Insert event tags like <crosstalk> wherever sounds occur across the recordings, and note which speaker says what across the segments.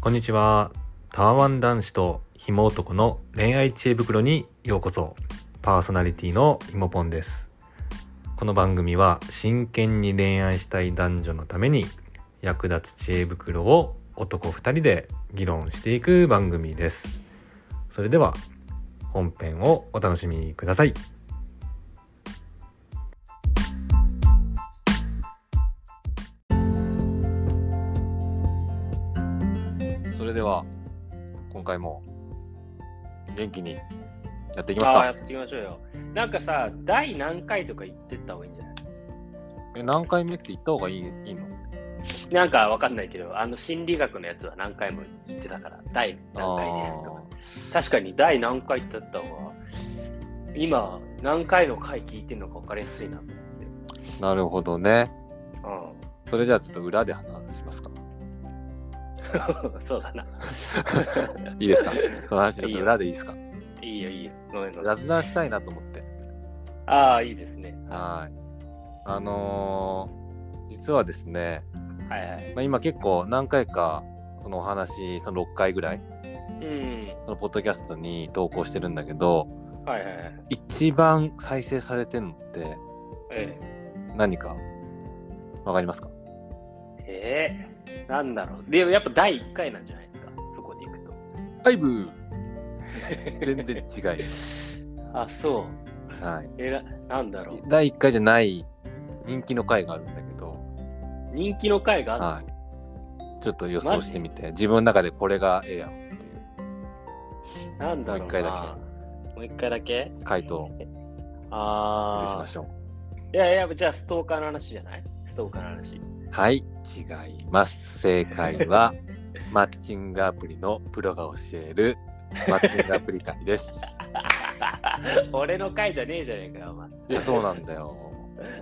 Speaker 1: こんにちは。タワマン男子とひも男の恋愛知恵袋にようこそ。パーソナリティのひもぽんです。この番組は真剣に恋愛したい男女のために役立つ知恵袋を男2人で議論していく番組です。それでは本編をお楽しみください。それでは今回も元気にやっていきます
Speaker 2: ああ、や
Speaker 1: か
Speaker 2: っ。ていきましょうよ。なんかさ、第何回とか言ってった方がいいんじゃない
Speaker 1: え何回目って言った方がいいいいの
Speaker 2: なんかわかんないけど、あの心理学のやつは何回も言ってたから、第何回ですとか。確かに第何回って言った方が、今、何回の回聞いてんのか分かりやすいな。
Speaker 1: あーなるほどね。
Speaker 2: う
Speaker 1: それじゃあちょっと裏で話します <laughs> か。
Speaker 2: ん。 <laughs> そうだな。
Speaker 1: いいですかその話ちょっと裏でいいですか
Speaker 2: いいよ、いいよ。ごめんごめん。
Speaker 1: 雑談したいなと思って。
Speaker 2: ああ、いいですね。
Speaker 1: はい。あのー実はですね、
Speaker 2: はいはい。
Speaker 1: まあ、今結構何回かそのお話、その6回ぐらい、
Speaker 2: うん。
Speaker 1: そのポッドキャストに投稿してるんだけど、
Speaker 2: はいはいはい。
Speaker 1: 一番再生されてんのって
Speaker 2: え
Speaker 1: 何かわかり <laughs> ますか
Speaker 2: えええなんだろう。でもやっぱ第1回なんじゃないですか。そこでいくと。
Speaker 1: アイブ <laughs> 全然違い。
Speaker 2: あ、そう。
Speaker 1: はい。
Speaker 2: えら、なんだろう。
Speaker 1: 第1回じゃない人気の回があるんだけど、
Speaker 2: 人気の回があった
Speaker 1: はい。ちょっと予想してみて、自分の中でこれがええやんっていう。
Speaker 2: なんだろ
Speaker 1: もう一
Speaker 2: うな。
Speaker 1: 回だ
Speaker 2: もう一回だけ
Speaker 1: 回答をお出し
Speaker 2: あ
Speaker 1: ましょう。
Speaker 2: ー。いやいや、じゃあストーカーの話じゃないストーカーの話。
Speaker 1: はい、違います。正解
Speaker 2: <laughs>
Speaker 1: はマッチングアプリのプロが教えるマッチングアプリ会です。
Speaker 2: <laughs> 俺の回じゃねえじゃねえかよ、お前。
Speaker 1: いや、そうなんだよ。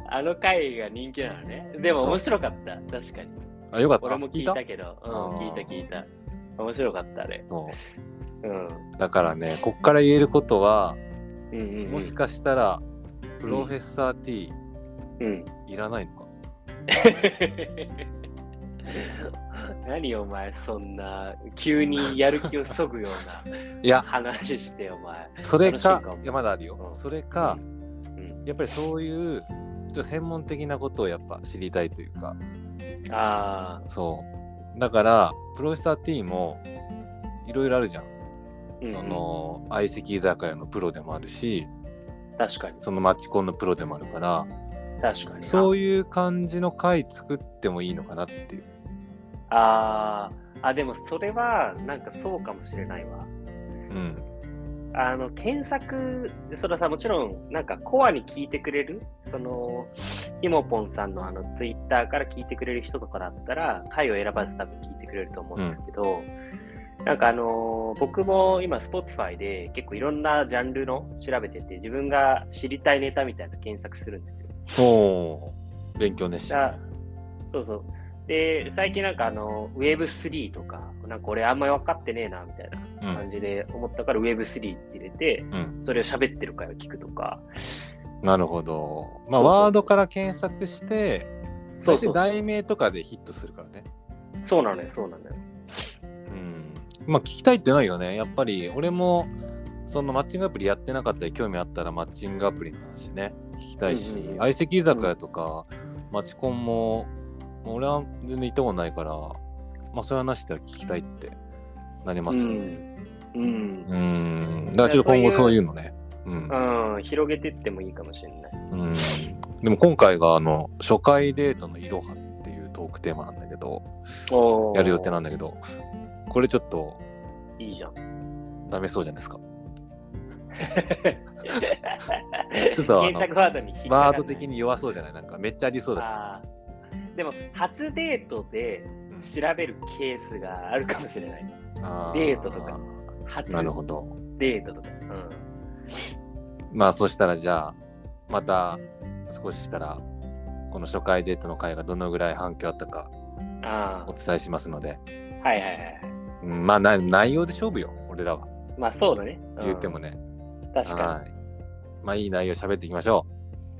Speaker 2: あの回が人気なのね。でも
Speaker 1: そう
Speaker 2: 面白かった。確かに。
Speaker 1: あ、よかった。
Speaker 2: 俺も聞い
Speaker 1: 聞
Speaker 2: た
Speaker 1: い
Speaker 2: けど。う
Speaker 1: あ
Speaker 2: ん、
Speaker 1: ー
Speaker 2: 聞いた聞いた。面白かった、あれ。
Speaker 1: たそ
Speaker 2: うん。
Speaker 1: うだからね、こっから言えることは、
Speaker 2: うんうん、うん。
Speaker 1: もしかしたら、プロフェッサー T
Speaker 2: うん。 <laughs>
Speaker 1: いらないのか。
Speaker 2: 何お前、そんな、急にやる気をそぐよう
Speaker 1: いや
Speaker 2: な、話して、お前。
Speaker 1: それ
Speaker 2: 楽
Speaker 1: か
Speaker 2: しいかも、
Speaker 1: いや、まだある
Speaker 2: う
Speaker 1: よ。
Speaker 2: ん
Speaker 1: それか、
Speaker 2: うん
Speaker 1: やっぱりそういう、ちょっと専門的なことをやっぱ知りたいというか、
Speaker 2: あ
Speaker 1: そう。だから、プロフェッサー T も、いろいろあるじゃん。
Speaker 2: あ、うんうん
Speaker 1: その相席居酒屋のプロでもあるし
Speaker 2: 確かに、
Speaker 1: そのマチコンのプロでもあるから
Speaker 2: 確かに。
Speaker 1: そういう感じの回作ってもいいのかなっていう
Speaker 2: あーあ、でもそれはなんかそうかもしれないわ。
Speaker 1: うん
Speaker 2: あの検索、それはさ、もちろん、なんかコアに聞いてくれる、その、ひもぽんさんのあのツイッターから聞いてくれる人とかだったら、回を選ばず多分聞いてくれると思うんですけど、なんかあのー僕も今、Spotify で結構いろんなジャンルの調べてて、自分が知りたいネタみたいなの検索するんですよ。
Speaker 1: おー勉強熱心
Speaker 2: だそうそう。で、最近なんかあの、Web3 とか、なんか俺あんまり分かってねえな、みたいな
Speaker 1: うん
Speaker 2: 感じで思ったから Web3 って入れて、
Speaker 1: うん
Speaker 2: それを喋ってる会を聞くとか。
Speaker 1: なるほどまあ
Speaker 2: そうそう
Speaker 1: ワードから検索して
Speaker 2: そ
Speaker 1: そう
Speaker 2: そう
Speaker 1: て題名とかでヒットするからね
Speaker 2: そうなのよ、そうなのよ。
Speaker 1: うんまあ聞きたいってないよねやっぱり俺もそのマッチングアプリやってなかったり興味あったらマッチングアプリの話ね聞きたいし
Speaker 2: うんうんうん
Speaker 1: 相席居酒屋とか、マチコンももう俺は全然行ったことないからまあそういう話したら聞きたいってなりますよね
Speaker 2: うん。うん
Speaker 1: うんだからちょっと今後そういうのねうん、
Speaker 2: うん、広げてってもいいかもしれない。
Speaker 1: うん、でも今回があの初回デートのいろはっていうトークテーマなんだけど
Speaker 2: おー
Speaker 1: やる予定なんだけどこれちょっと
Speaker 2: いいじゃ
Speaker 1: <laughs>
Speaker 2: ん。
Speaker 1: ダメそうじゃないですか
Speaker 2: ち
Speaker 1: ょっとあの
Speaker 2: 検索ワードに引っかか
Speaker 1: ワ
Speaker 2: ん
Speaker 1: ー
Speaker 2: ない
Speaker 1: ド的に弱そうじゃないなんかめっちゃありそうだ
Speaker 2: あーでも、初デートで調べるケースがあるかもしれない。
Speaker 1: し。あ
Speaker 2: デートとか。初
Speaker 1: なるほど。
Speaker 2: デートとか。うん
Speaker 1: まあそしたらじゃあまた少ししたらこの初回デートの回がどのぐらい反響あったか
Speaker 2: あ
Speaker 1: お伝えしますので、
Speaker 2: あ、はいはいはい。
Speaker 1: うん、まあな内容で勝負よ俺らは
Speaker 2: まあそうだね。うん
Speaker 1: 言っても。ね、
Speaker 2: 確か
Speaker 1: はいまあいい内容喋っていきましょ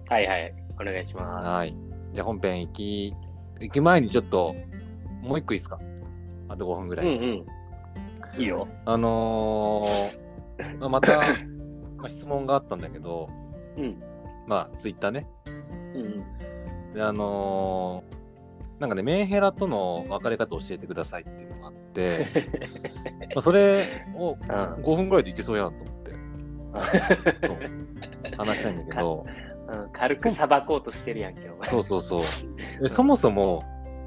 Speaker 2: に。はいはい。お願いし
Speaker 1: う
Speaker 2: ま
Speaker 1: はいじゃあ本編行き行く前にちょっともう一個いいですかあと5分ぐ
Speaker 2: す。
Speaker 1: ら
Speaker 2: うん
Speaker 1: い、
Speaker 2: うん。いいよ。
Speaker 1: あのーまあまた、まあ質問があったんだけど、
Speaker 2: うん。
Speaker 1: まあ、ツイッターね。
Speaker 2: うん。
Speaker 1: で、あのーなんかね、メンヘラとの別れ方教えてくださいっていうのがあ
Speaker 2: <laughs>
Speaker 1: って、まあそれを
Speaker 2: うん。
Speaker 1: 5分ぐらいでいけそうやなと思って、そう話したいんだけ
Speaker 2: <laughs>
Speaker 1: ど、
Speaker 2: うん軽くさばこうとしてるやんけ、お前。
Speaker 1: そうそうそう。でそもそも、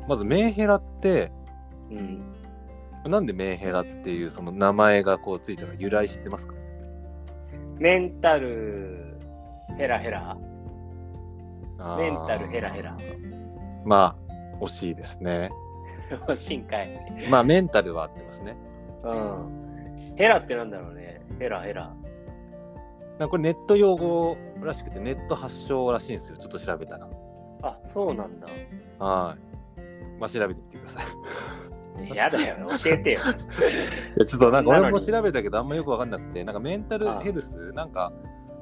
Speaker 1: まずメンヘラって、
Speaker 2: うん。
Speaker 1: なんでメンヘラっていうその名前がこうついたの由来知ってますか
Speaker 2: メンタルヘラヘラ。 <laughs>
Speaker 1: あー
Speaker 2: メンタルヘラヘラ。
Speaker 1: まあ、惜しいですね。
Speaker 2: 深海。
Speaker 1: まあ、メンタルは合ってますね。
Speaker 2: うん。ヘラってなんだろうね。ヘラヘラ。
Speaker 1: なんかこれネット用語らしくて、ネット発祥らしいんですよ。ちょっと調べたら。
Speaker 2: あ、そうなんだ。
Speaker 1: はい。まあ、調べてみてください。い
Speaker 2: やだよ、教えてよ。 <laughs>
Speaker 1: やちょっとなんか俺
Speaker 2: なの
Speaker 1: も
Speaker 2: に
Speaker 1: 調べたけど、あんまよくわかんなくて、なんかメンタルヘルス、なんか、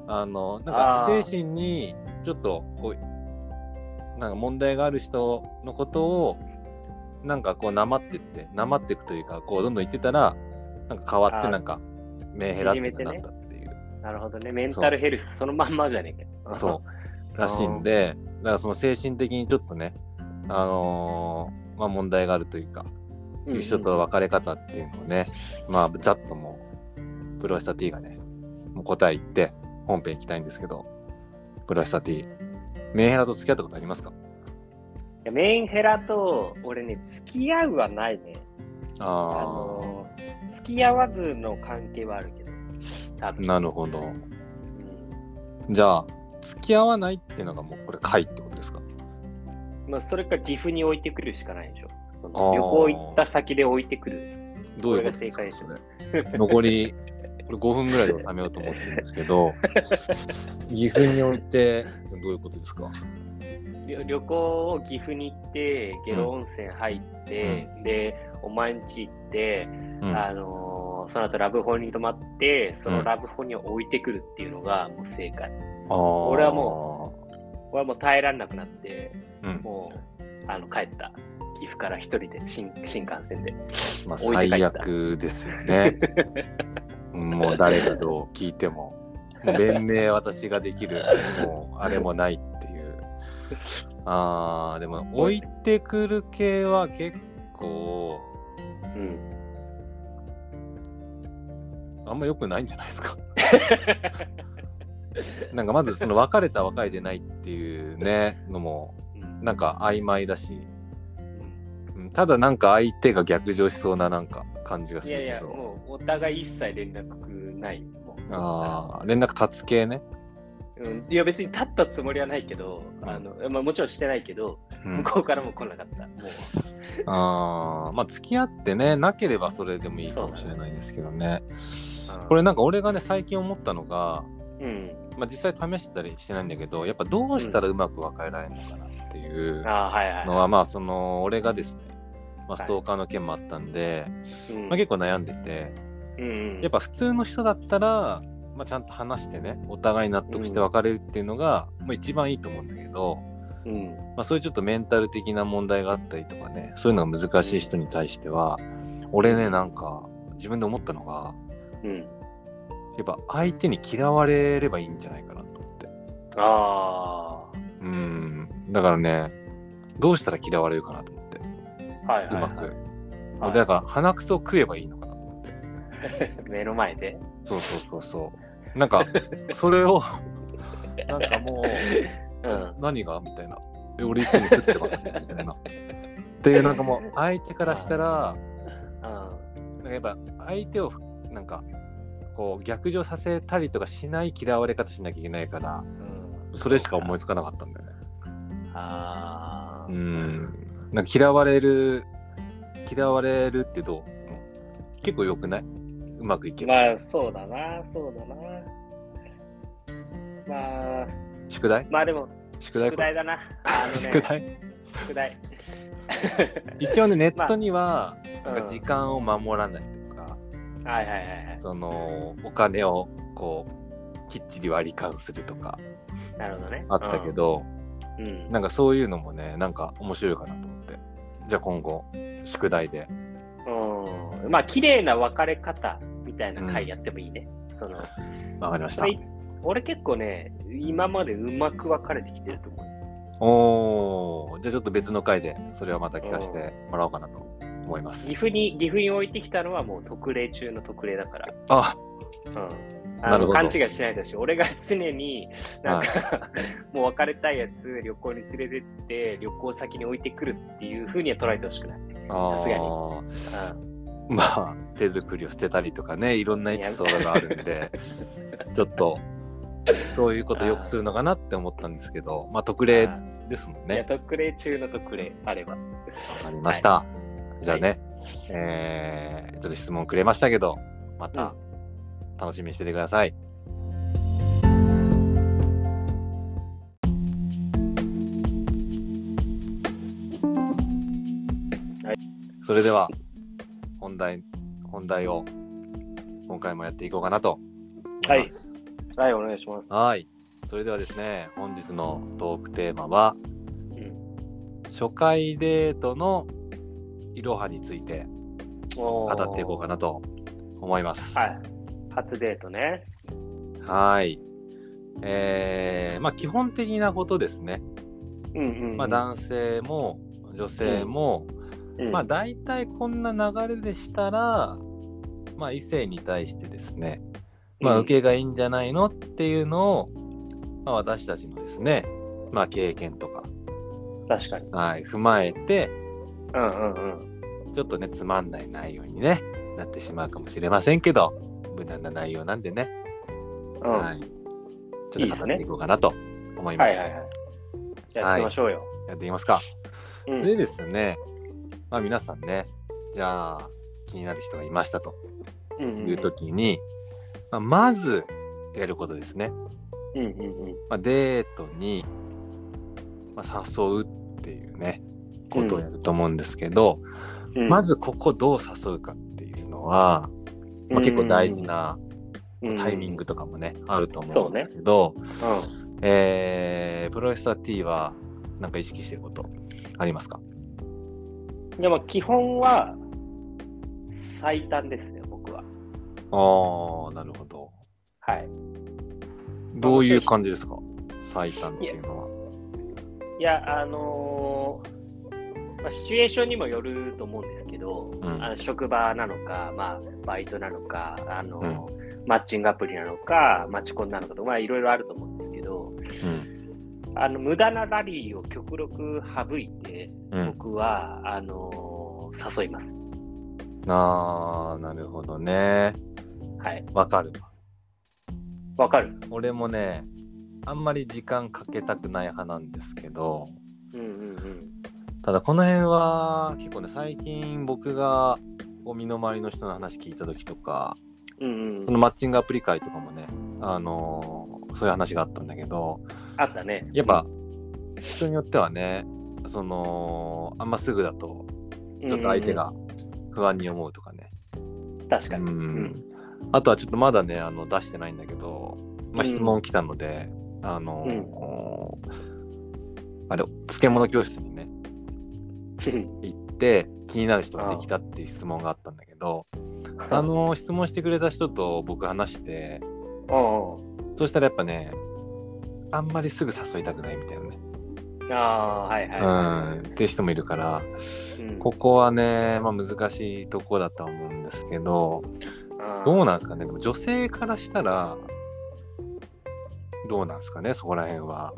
Speaker 1: あの、なんか
Speaker 2: あー
Speaker 1: 精神にちょっとこう、なんか問題がある人のことを、なんかこう、なまってって、なまっていくというか、こう、どんどん言ってたら、なんか変わって、
Speaker 2: あー
Speaker 1: なんか、メンヘラって
Speaker 2: 縮めて
Speaker 1: なっ
Speaker 2: ね
Speaker 1: たっていう。
Speaker 2: なるほどね。メンタルヘルス、そのまんまじゃねえかよ。
Speaker 1: そう。らしいんで、だからその精神的にちょっとね、あのーまあ問題があるというか、
Speaker 2: うん。
Speaker 1: いう人との別れ方っていうのをね、まあ、ざっともう、プロスタ T がね、もう答え言って、本編行きたいんですけど、プロスタ T、メンヘラと付き合ったことありますか
Speaker 2: いやメンヘラと、俺ね、付き合うはないね。あ
Speaker 1: あ
Speaker 2: の付き合わずの関係はあるけど。多
Speaker 1: あ、
Speaker 2: 分
Speaker 1: なるほど。
Speaker 2: うん
Speaker 1: じゃあ、付き合わないっていうのがもうこれ、解ってことですか
Speaker 2: まあ、それか岐阜に置いてくるしかないでしょ。そ
Speaker 1: あ
Speaker 2: の
Speaker 1: ー
Speaker 2: 旅行行った先で置いてくる。
Speaker 1: どういうことですか
Speaker 2: これが正
Speaker 1: そ
Speaker 2: 解
Speaker 1: れ残り、これ5分ぐらいで収めようと思ってるんですけ
Speaker 2: <laughs>
Speaker 1: ど、岐阜において、どういうことですか
Speaker 2: 旅旅行を岐阜に行って、下呂温泉入って、で、お前ん家行って、
Speaker 1: うん。
Speaker 2: あのーその後ラブホに泊まって、そのラブホに置いてくるっていうのがもう正解。俺は
Speaker 1: も
Speaker 2: 俺はもう耐えられなくなって、
Speaker 1: う、うん、
Speaker 2: もうあの帰った。岐阜から一人で新新幹線で。
Speaker 1: まあ、
Speaker 2: 置いて帰った
Speaker 1: 最悪ですよ
Speaker 2: <laughs>
Speaker 1: ね。もう誰がどう聞いても、もう弁明私ができる、もうあれもないっていう。あー、でも置いてくる系は結構、
Speaker 2: うん。
Speaker 1: あんま良くないんじゃないです
Speaker 2: <laughs>
Speaker 1: か。なんかまずその別れた別れてないっていうね、のも、
Speaker 2: うん
Speaker 1: なんか曖昧だし、うんただなんか相手が逆上しそうななんか感じがす
Speaker 2: い
Speaker 1: る
Speaker 2: やい
Speaker 1: け
Speaker 2: や、
Speaker 1: ど。
Speaker 2: もうお互い一切連絡ない。もう
Speaker 1: あー連絡立つ系ね。
Speaker 2: うん、いや別に立ったつもりはないけど、
Speaker 1: うん
Speaker 2: あのまあ、もちろんしてないけど、
Speaker 1: うん
Speaker 2: 向こうからも来なかった。も
Speaker 1: あーまあ付き合ってねなければそれでもいいかもしれないですけどね
Speaker 2: う。
Speaker 1: これなんか俺がね最近思ったのが、
Speaker 2: うん。
Speaker 1: まあ、実際試したりしてないんだけどやっぱどうしたらうまく別れられるのかなっていう
Speaker 2: ああ、はいはい
Speaker 1: の
Speaker 2: は
Speaker 1: はまあその俺がですね、まあ、
Speaker 2: はい
Speaker 1: ストーカーの件もあったんで、
Speaker 2: い。うん
Speaker 1: まあ、結構悩んでて
Speaker 2: うん
Speaker 1: やっぱ普通の人だったら、まあ、ちゃんと話してねお互い納得して別れるっていうのが、まあ、一番いいと思うんだけど、
Speaker 2: うん。
Speaker 1: まあ、そういうちょっとメンタル的な問題があったりとかねそういうのが難しい人に対しては俺ねなんか自分で思ったのが
Speaker 2: うん。
Speaker 1: やっぱ相手に嫌われればいいんじゃないかなと思って
Speaker 2: あ
Speaker 1: うんだからねどうしたら嫌われるかなと思ってう
Speaker 2: あ、はいはい、はい。
Speaker 1: まく、
Speaker 2: はい
Speaker 1: だから鼻くそを食えばいいのかなと思って
Speaker 2: 目の前で。 <laughs>
Speaker 1: そうそうそうそうなんかそれをなんかもう
Speaker 2: うん。
Speaker 1: 何がみたいな。え俺いつも食ってますみたいな。っていうなんかもう相手からしたら
Speaker 2: うん
Speaker 1: なんかやっぱ相手をなんかこう逆上させたりとかしない嫌われ方しなきゃいけないから
Speaker 2: うん
Speaker 1: それしか思いつかなかったんだよね。
Speaker 2: ああ。
Speaker 1: うん。なんか嫌われる嫌われるってどう結構良くないうまくいけば。
Speaker 2: まあ、そうだな、そうだな。まあ、
Speaker 1: 宿題
Speaker 2: まあでも、
Speaker 1: 宿題
Speaker 2: 宿題だな。あのね
Speaker 1: 宿題 <laughs>
Speaker 2: 宿題。
Speaker 1: 一応ねネットには
Speaker 2: まあ
Speaker 1: なんか時間を守らないとか、
Speaker 2: はいはいはいはい。
Speaker 1: そのお金をこうきっちり割り勘するとか
Speaker 2: なるほどね。
Speaker 1: あったけど、
Speaker 2: うん。うん。
Speaker 1: なんかそういうのもね、なんか面白いかなと思って。じゃあ今後、宿題で。
Speaker 2: うんうんまあ、綺麗な別れ方みたいな回やってもいいね。その
Speaker 1: わかりました。
Speaker 2: 俺俺結構ね、今までうまく別れてきてると思
Speaker 1: お
Speaker 2: う。
Speaker 1: お、じゃあちょっと別の回で、それはまた聞かせてもらおうかなと思います
Speaker 2: 岐。阜に、岐阜に置いてきたのはもう特例中の特例だから。
Speaker 1: あ、
Speaker 2: うん。
Speaker 1: な
Speaker 2: あ
Speaker 1: る
Speaker 2: の
Speaker 1: ほど
Speaker 2: 勘違いしないでほしい。俺が常に、なんか、 <laughs> もう別れたいやつ、旅行に連れてって、旅行先に置いてくるっていう風には捉えてほしくない。
Speaker 1: あー
Speaker 2: さすがに
Speaker 1: まあ、手作りを捨てたりとかね、いろんなエピソードがあるん
Speaker 2: <laughs>
Speaker 1: で、ちょっと、そういうことよくするのかなって思ったんですけど、まあ、特例
Speaker 2: あ
Speaker 1: ですもん
Speaker 2: うんいや
Speaker 1: ね。
Speaker 2: 特例中の特例、あれば。
Speaker 1: わかりました。じゃあね、えーちょっと質問くれましたけど、また楽しみにしててください。
Speaker 2: はい
Speaker 1: それでは本題本題を今回もやっていこうかなと思います。
Speaker 2: はい、お願いします。
Speaker 1: はい。それではですね、本日のトークテーマは、
Speaker 2: うん
Speaker 1: 初回デートのいろはについて
Speaker 2: 語
Speaker 1: 語っていこうかなと思います。
Speaker 2: はい。初デートね。
Speaker 1: はい。えー、まあ基本的なことですね。
Speaker 2: うんうんうん
Speaker 1: まあ、男性も女性も、
Speaker 2: うん
Speaker 1: まあ大体こんな流れでしたら、まあ異性に対してですね、まあ
Speaker 2: うん
Speaker 1: 受けがいいんじゃないのっていうのを、まあ私たちのですね、まあ経験とか、
Speaker 2: 確かに。
Speaker 1: はい、踏まえて、
Speaker 2: うんうんうん。
Speaker 1: ちょっとね、つまんない内容にね、なってしまうかもしれませんけど、無難な内容なんでね、
Speaker 2: うん
Speaker 1: は
Speaker 2: はい
Speaker 1: い。ちょっと語っていこうかなと思いま
Speaker 2: は
Speaker 1: す。
Speaker 2: いはい。じゃあ、行きましょうよ。
Speaker 1: やっていきますか。
Speaker 2: うん
Speaker 1: でですね、まあ皆さんね、じゃあ気になる人がいましたと
Speaker 2: うんうん
Speaker 1: いう時に、まあ、まずやることですね。
Speaker 2: うんうんうん。
Speaker 1: まあ、デートに、まあ、誘うっていうね、ことをやると思うんですけど、
Speaker 2: うん
Speaker 1: まずここどう誘うかっていうのは、まあ、結構大事なタイミングとかもね、あると思うんですけど、
Speaker 2: うんうんうん
Speaker 1: えー、プロレスター T はなんか意識してることありますか
Speaker 2: でも基本は最短ですね、僕は。
Speaker 1: ああ、なるほど。
Speaker 2: はい。
Speaker 1: どういう感じですか最短っていうのは。
Speaker 2: いや、あのーまあ、シチュエーションにもよると思うんですけど、
Speaker 1: ん
Speaker 2: あの職場なのか、まあ、バイトなのか、あのーマッチングアプリなのか、マチコンなのかとか、まあ、いろいろあると思うんですけど、
Speaker 1: うん。
Speaker 2: あの無駄なラリーを極力省いて、
Speaker 1: うん、
Speaker 2: 僕は、あのー誘います。
Speaker 1: ああ、なるほどね。
Speaker 2: はい。
Speaker 1: わかる。
Speaker 2: わかる
Speaker 1: 俺もね、あんまり時間かけたくない派なんですけど、
Speaker 2: うんうん
Speaker 1: ただこの辺は結構ね、最近僕がこう身の回りの人の話聞いた時とか、
Speaker 2: うん。うん
Speaker 1: そ
Speaker 2: うん、
Speaker 1: のマッチングアプリ会とかもね、あのーそういう話があったんだけど、
Speaker 2: あったね。
Speaker 1: やっぱ人によってはねそのあんますぐだとちょっと相手が不安に思うとかね、
Speaker 2: うんうん。確か
Speaker 1: う
Speaker 2: に。
Speaker 1: ん
Speaker 2: うん
Speaker 1: あとはちょっとまだねあの出してないんだけど、まあ、
Speaker 2: うん
Speaker 1: 質問来たので、あのーあれ漬物教室にね行って気になる人ができたっていう質問があったんだけどあのー質問してくれた人と僕話して
Speaker 2: <laughs> おう
Speaker 1: そしたらやっぱねあんまりすぐ誘いたくないみたいなね、
Speaker 2: おうああー、はいはいは
Speaker 1: うんっていう人もいるから
Speaker 2: い。うん
Speaker 1: ここはね、まあ、難しいとこだとは思うんですけど、どうなんですかね、でも女性からしたら、どうなんですかね、そこら辺は。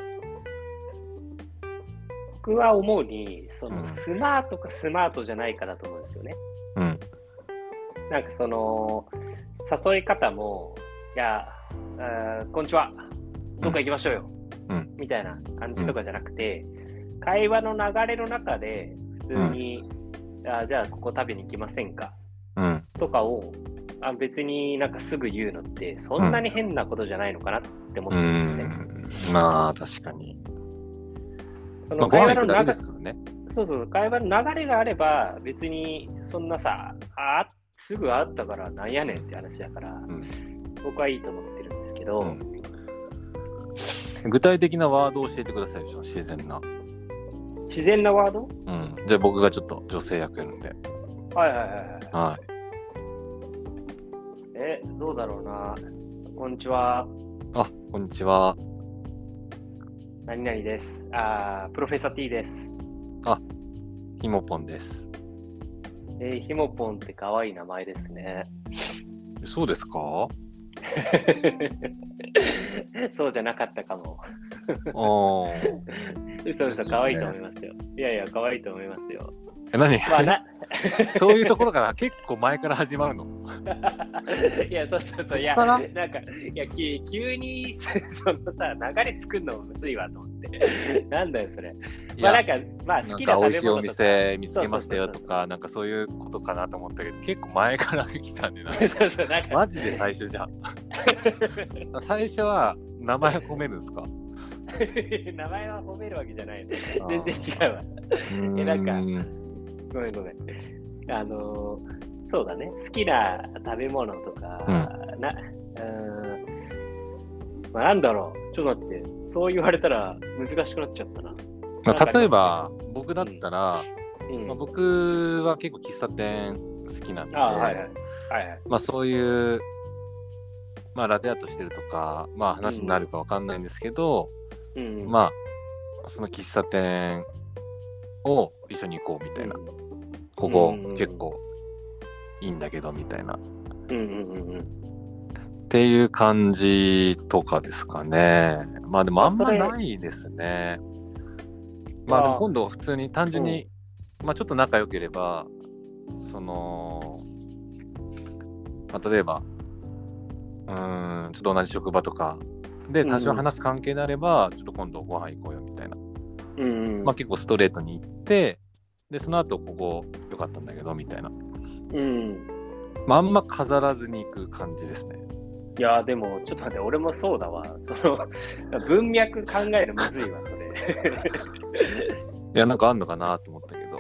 Speaker 2: 僕は思うに、その
Speaker 1: うん
Speaker 2: スマートかスマートじゃないかだと思うんですよね。
Speaker 1: うん。
Speaker 2: なんかその、誘い方も、いや、あーこんにちは、どっか行きましょうよ、
Speaker 1: うん
Speaker 2: みたいな感じとかじゃなくて、会話の流れの中で、普通に、あーじゃあここ食べに行きませんか
Speaker 1: うん。
Speaker 2: とかをあ別になんかすぐ言うのってそんなに変なことじゃないのかなって思っ
Speaker 1: う
Speaker 2: てるんですね。
Speaker 1: ん。まあ、確かに。まあ、
Speaker 2: そ
Speaker 1: ご
Speaker 2: の
Speaker 1: 飯
Speaker 2: 会話
Speaker 1: 行く
Speaker 2: の
Speaker 1: だけ
Speaker 2: 流
Speaker 1: ですからね。
Speaker 2: そうそう会話の流れがあれば別にそんなさあすぐ会ったからなんやねんって話だから、
Speaker 1: ん
Speaker 2: 僕はいいと思ってるんですけど、
Speaker 1: 具体的なワードを教えてくださいよ、自然な。
Speaker 2: 自然なワード
Speaker 1: うん。じゃあ僕がちょっと女性役やるんで。
Speaker 2: はいはいはいはい。
Speaker 1: は
Speaker 2: え、どうだろうな。こんにちは。
Speaker 1: あ、こんにちは。
Speaker 2: 何々です。あープロフェッサー T です。
Speaker 1: ひもぽんです。
Speaker 2: えー、ひもぽんって可愛い名前です
Speaker 1: <laughs>
Speaker 2: ね。
Speaker 1: そうですかあ
Speaker 2: そうじゃなかったかも。
Speaker 1: ー
Speaker 2: 嘘
Speaker 1: ですよ
Speaker 2: 嘘、
Speaker 1: ね
Speaker 2: 可愛いと思いますよ。いやいや、可愛いと思いますよ。
Speaker 1: え、何
Speaker 2: まあ、な
Speaker 1: <laughs> そういうところから結構前から始まるの。
Speaker 2: いや、そうそうそう、いや、
Speaker 1: そっ
Speaker 2: な
Speaker 1: か
Speaker 2: んか、いや、き急に、そのさ、流れ作るのむずいわと思って。なんだよ、それ。
Speaker 1: い
Speaker 2: まあ、
Speaker 1: や
Speaker 2: な、んか、まあ、
Speaker 1: な
Speaker 2: 好
Speaker 1: ん
Speaker 2: きな
Speaker 1: か美味
Speaker 2: 食べ
Speaker 1: しいお
Speaker 2: 物とか。
Speaker 1: 店見つけましたよと
Speaker 2: そうそうそうそ
Speaker 1: か、なんかそういうことかなと思ったけど、結構前から来たんでな。
Speaker 2: <laughs> うそうそう、なんか
Speaker 1: マジで最初じ
Speaker 2: <laughs>
Speaker 1: ゃん。最初は名前褒めるんですか
Speaker 2: 名前は褒めるわけじゃないの。 <laughs> 全然違うわ。
Speaker 1: 然
Speaker 2: えなんか
Speaker 1: か。
Speaker 2: ごめんごめん。あのーそうだね、好きな食べ物とか、な、うーん、まあ、なんだろう、ちょっと待って、そう言われたら難しくなっちゃったな。
Speaker 1: まあ、例えば、僕だったら、
Speaker 2: うん
Speaker 1: まあ、僕は結構喫茶店好きなんで、
Speaker 2: ああ、はいはい。はいはい。
Speaker 1: まあ、そういう、まあ、ラテアートしてるとか、まあ、話になるかわかんないんですけど、
Speaker 2: うんあ、
Speaker 1: まあ、その喫茶店を一緒に行こうみたいな、ここ
Speaker 2: うん
Speaker 1: 結構いいんだけどみたいな、っ
Speaker 2: うんうんうんうん。
Speaker 1: ていう感じとかですかね。まあ、でもあんまないですね。まあ、でも今度普通に単純に、まあ、ちょっと仲良ければ、その、まあ、例えば、うーん、ちょっと同じ職場とか、で、多少話す関係であれば、ちょっと今度ご飯行こうよみたいな。
Speaker 2: うんうん、
Speaker 1: まあ、結構ストレートに行って、で、その後ここ良かったんだけど、みたいな。
Speaker 2: うん。
Speaker 1: まあ、あんま飾らずに行く感じですね。
Speaker 2: いやー、でも、ちょっと待って、俺もそうだわ。その、文脈考えるのむずいわ、それ。
Speaker 1: いや、なんかあんのかなと思ったけど。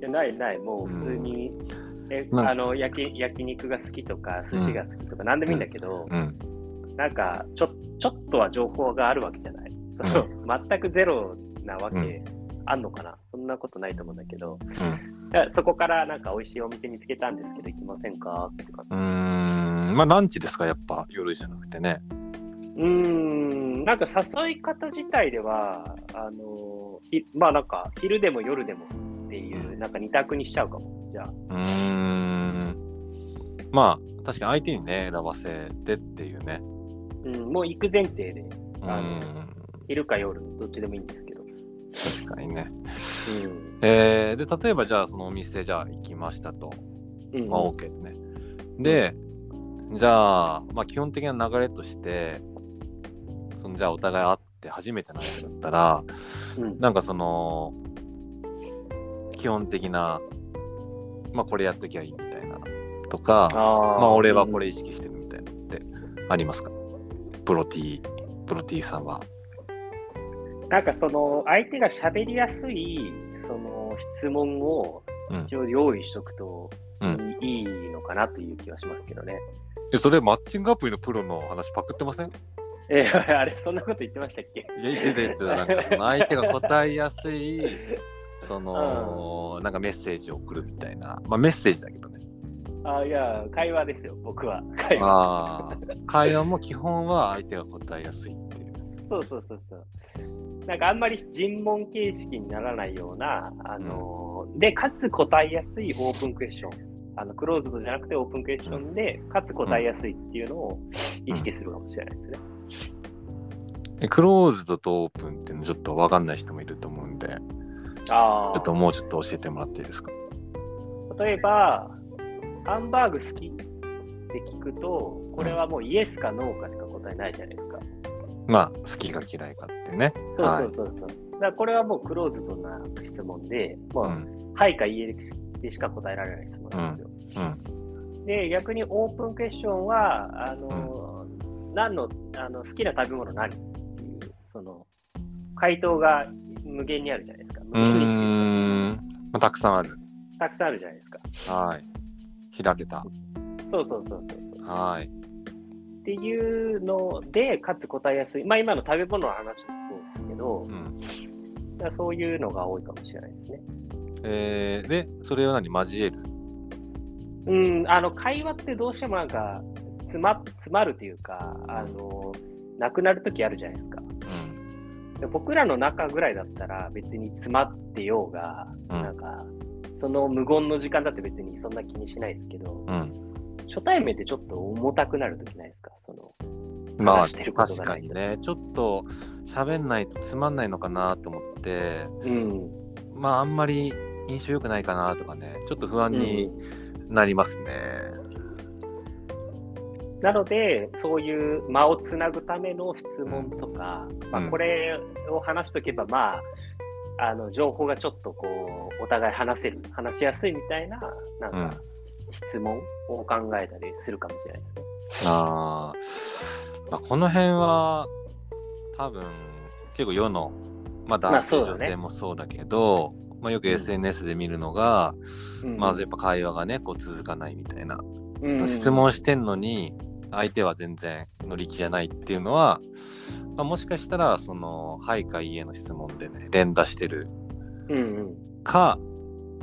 Speaker 2: いやないない、もう普通に、え
Speaker 1: なん
Speaker 2: あの焼き焼肉が好きとか、寿司が好きとか、なんでもいいんだけど、
Speaker 1: うん。
Speaker 2: なんかちょ、ちょっとは情報があるわけじゃない。その全くゼロなわ
Speaker 1: う
Speaker 2: け
Speaker 1: ん
Speaker 2: あんのかな、そんなことないと思うんだけど、
Speaker 1: うん
Speaker 2: だからそこからなんか美味しいお店見つけたんですけど、行きませんかってか。
Speaker 1: うーん。まあ、ランチですか、やっぱ夜じゃなくてね。
Speaker 2: うーん、なんか誘い方自体では、あのいまあなんか、昼でも夜でもっていう、
Speaker 1: うん
Speaker 2: なんか二択にしちゃうかも、じゃあ。
Speaker 1: うーん。まあ、確かに相手にね、選ばせてっていうね。
Speaker 2: うん、もう行く前提で、
Speaker 1: う
Speaker 2: あ
Speaker 1: ー
Speaker 2: の
Speaker 1: ん。
Speaker 2: 昼か夜、どっちでもいいんですけど。
Speaker 1: 確かにね。
Speaker 2: うん
Speaker 1: えー、で、例えばじゃあ、そのお店、じゃあ行きましたと。
Speaker 2: うん
Speaker 1: まあ、OK ね。で、じゃあ、まあ、基本的な流れとして、そのじゃあお互い会って初めての相手だったら、
Speaker 2: うん
Speaker 1: なんかその、基本的な、まあ、これやっときゃいいみたいな、とか、まあ、俺はこれ意識してるみたいなってありますかプロティー、プロティーさんは。
Speaker 2: うんなんかその相手が喋りやすいその質問を
Speaker 1: うん
Speaker 2: 一応用意しとくと
Speaker 1: う
Speaker 2: いいのかなという気はしますけどね。
Speaker 1: え、それマッチングアプリのプロの話パクってません
Speaker 2: えーあれそんなこと言ってましたっけ？ <laughs>
Speaker 1: いや、言ってた言ってた。なんかその相手が答えやすい、その、なんかメッセージを送るみたいな。まあメッセージだけ
Speaker 2: <laughs>
Speaker 1: どね。
Speaker 2: あいや会話ですよ僕は会話。
Speaker 1: ああ。会話も基本は相手が答えやすいっていう。
Speaker 2: そうそうそうそう。なんかあんまり尋問形式にならないようなあのーでかつ答えやすいオープンクエスチョン。あのクローズドじゃなくてオープンクエスチョンで、かつ答えやすいっていうのを意識するかもしれないですね。
Speaker 1: えクローズドとオープンっていうのちょっとわかんない人もいると思うんで、ち
Speaker 2: あ
Speaker 1: ょっともうちょっと教えてもらっていいですか
Speaker 2: 例えば、ハンバーグ好きって聞くと、これはもうイエスかノーかしか答えないじゃないですか。
Speaker 1: まあ、好きか嫌いかってね。は
Speaker 2: そ。
Speaker 1: いう
Speaker 2: そうそうそう。だからこれはもうクローズドな質問で、もう
Speaker 1: うん。
Speaker 2: はいかいいえでしか答えられない質問なんですよ。
Speaker 1: うん。
Speaker 2: で、逆にオープンクエスチョンは、あの、何のあの好きな食べ物何っていう、その、回答が無限にあるじゃないですか。無
Speaker 1: うー
Speaker 2: 限にっていうか
Speaker 1: ん。まあ、たくさんある。
Speaker 2: たくさんあるじゃないですか。
Speaker 1: はい。開けた。
Speaker 2: そうそうそうそうそう。
Speaker 1: はい。
Speaker 2: っていうので、かつ答えやすい、まあ、今の食べ物の話もそうですけど
Speaker 1: う、ん。
Speaker 2: だからそういうのが多いかもしれないですね。
Speaker 1: えー、で、それを何交える
Speaker 2: うん、あの会話ってどうしてもなんか詰ま詰まるというか、あのなくなるときあるじゃないですか。
Speaker 1: うん。
Speaker 2: で僕らの中ぐらいだったら別に詰まってようが、
Speaker 1: うん
Speaker 2: なんかその無言の時間だって別にそんな気にしないですけど、
Speaker 1: うん。
Speaker 2: 初対面ってちょっと重たくなるときないですかその
Speaker 1: まあ、
Speaker 2: 話してること
Speaker 1: 確
Speaker 2: が
Speaker 1: か
Speaker 2: ない
Speaker 1: にね、ちょっと喋んないとつまんないのかなと思って、
Speaker 2: うん、
Speaker 1: まあ、あんまり印象良くないかなとかね、ちょっと不安に
Speaker 2: う
Speaker 1: なりますね。
Speaker 2: んなのでそういう間をつなぐための質問とか、まあ
Speaker 1: うん
Speaker 2: これを話しとけばまああの情報がちょっとこうお互い話せる話しやすいみたいななん
Speaker 1: うん
Speaker 2: か質問を考えたりするかもしれないですね。
Speaker 1: あー、まあ、この辺は多分結構世の、まあ、
Speaker 2: まあ
Speaker 1: 男性
Speaker 2: そうだ
Speaker 1: 女
Speaker 2: ね
Speaker 1: 性もそうだけど、まあ、よく
Speaker 2: うん
Speaker 1: SNS で見るのが、
Speaker 2: うん
Speaker 1: まずやっぱ会話がねこう続かないみたいな、
Speaker 2: うん
Speaker 1: 質問してんのに相手は全然乗り気じゃないっていうのは、まあ、もしかしたらその「はい」か「いいえ」の質問でね連打してる
Speaker 2: うんうん
Speaker 1: か、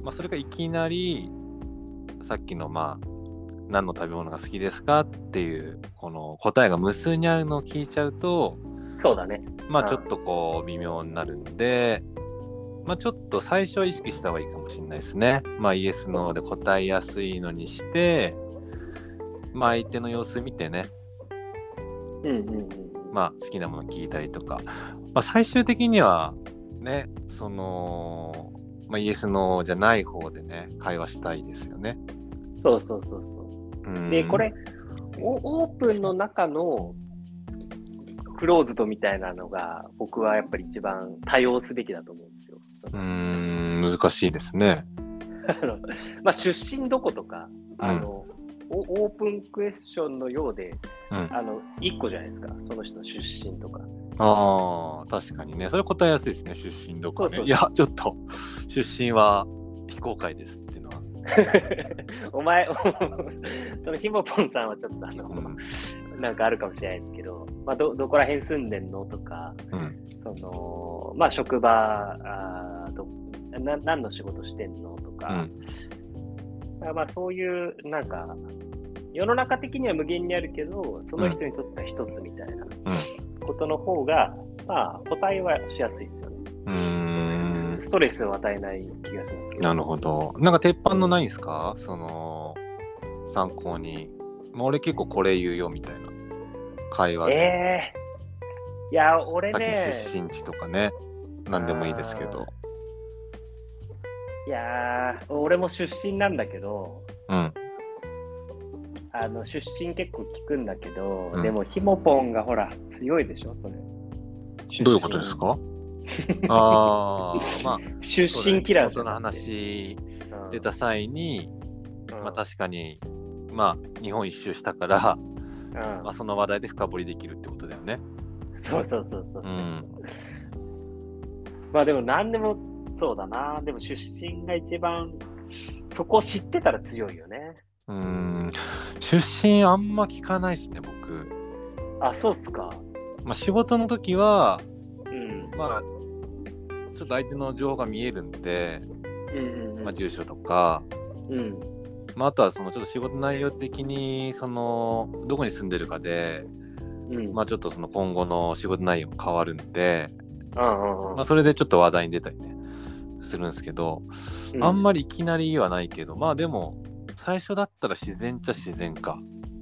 Speaker 1: まあ、それがいきなりさっきのまあ何の食べ物が好きですかっていうこの答えが無数にあるのを聞いちゃうと
Speaker 2: そうだね。
Speaker 1: まあ
Speaker 2: うん
Speaker 1: ちょっとこう微妙になるんで、まあちょっと最初は意識した方がいいかもしれないですね。まあイエスノーで答えやすいのにしてまあ相手の様子見てね
Speaker 2: うんうんうん。
Speaker 1: まあ、好きなもの聞いたりとか、まあ、最終的にはねその、まあ、イエスノーじゃない方でね会話したいですよね。
Speaker 2: そうそうそうそうう。
Speaker 1: ん
Speaker 2: で、これ、オオープンの中のクローズドみたいなのが、僕はやっぱり一番対応すべきだと思うんですよ。
Speaker 1: うーん難しいですね。
Speaker 2: あのまあ、出身どことか、あの、おオープンクエスチョンのようで、
Speaker 1: うん、あ
Speaker 2: あの、1個じゃないですか、その人の出身とか。
Speaker 1: あー確かにねそれ答えやすいですね出身どこかね。
Speaker 2: そうそう
Speaker 1: いやちょっと出身は非公開ですっていうのは。
Speaker 2: お前、 <laughs> そのひもぽんさんはちょっとあの、
Speaker 1: うん
Speaker 2: なんかあるかもしれないですけど、まあ、どどこら辺住んでんのとか、
Speaker 1: うん
Speaker 2: そのまあ、職場あーどな、何の仕事してんのと
Speaker 1: う
Speaker 2: か、
Speaker 1: ん
Speaker 2: あまあ、そういうなんか、世の中的には無限にあるけど、その人にとっては一つみたいなことの方が、まあ、答えはしやすいですよね。
Speaker 1: うーん
Speaker 2: ストレスを与えない気がしますけど。
Speaker 1: なるほど。なんか鉄板のないんですかその参考に。まあ、俺結構これ言うよみたいな会話で。
Speaker 2: えー、いや、俺
Speaker 1: さっき
Speaker 2: ね、
Speaker 1: の出身地とかね、何でもいいですけど。
Speaker 2: いやー、俺も出身なんだけど、
Speaker 1: うん。
Speaker 2: あの出身結構聞くんだけど、
Speaker 1: うん
Speaker 2: でもひもぽんがほら強いでしょそれ
Speaker 1: どういうことですかああ、まあ、
Speaker 2: 出身キラー
Speaker 1: そ
Speaker 2: じゃ
Speaker 1: うだね
Speaker 2: なくて
Speaker 1: 地元の
Speaker 2: うん
Speaker 1: 話出た際に、
Speaker 2: うん
Speaker 1: まあ確かに、まあ日本一周したから、 <laughs>
Speaker 2: うん
Speaker 1: まあ、その話題で深掘りできるってことだよね。
Speaker 2: そうそうそうそう、
Speaker 1: うん。
Speaker 2: まあでも何でもそうだなでも出身が一番そこ知ってたら強いよね
Speaker 1: うん <laughs> 出身あんま聞かないですね、僕。
Speaker 2: あそうっすか
Speaker 1: まあ仕事の時は、
Speaker 2: うん
Speaker 1: まあ、ちょっと相手の情報が見えるんで、
Speaker 2: うんうんうん
Speaker 1: まあ、住所とか、
Speaker 2: うん
Speaker 1: まあ、あとはそのちょっと仕事内容的にそのどこに住んでるかで、
Speaker 2: うん
Speaker 1: まあ、ちょっとその今後の仕事内容も変わるんで、
Speaker 2: うんうんうん
Speaker 1: まあ、それでちょっと話題に出たりねするんですけど、あん
Speaker 2: ま
Speaker 1: まりいきなりはないけどまあでも最初だったら自然っちゃ自然か、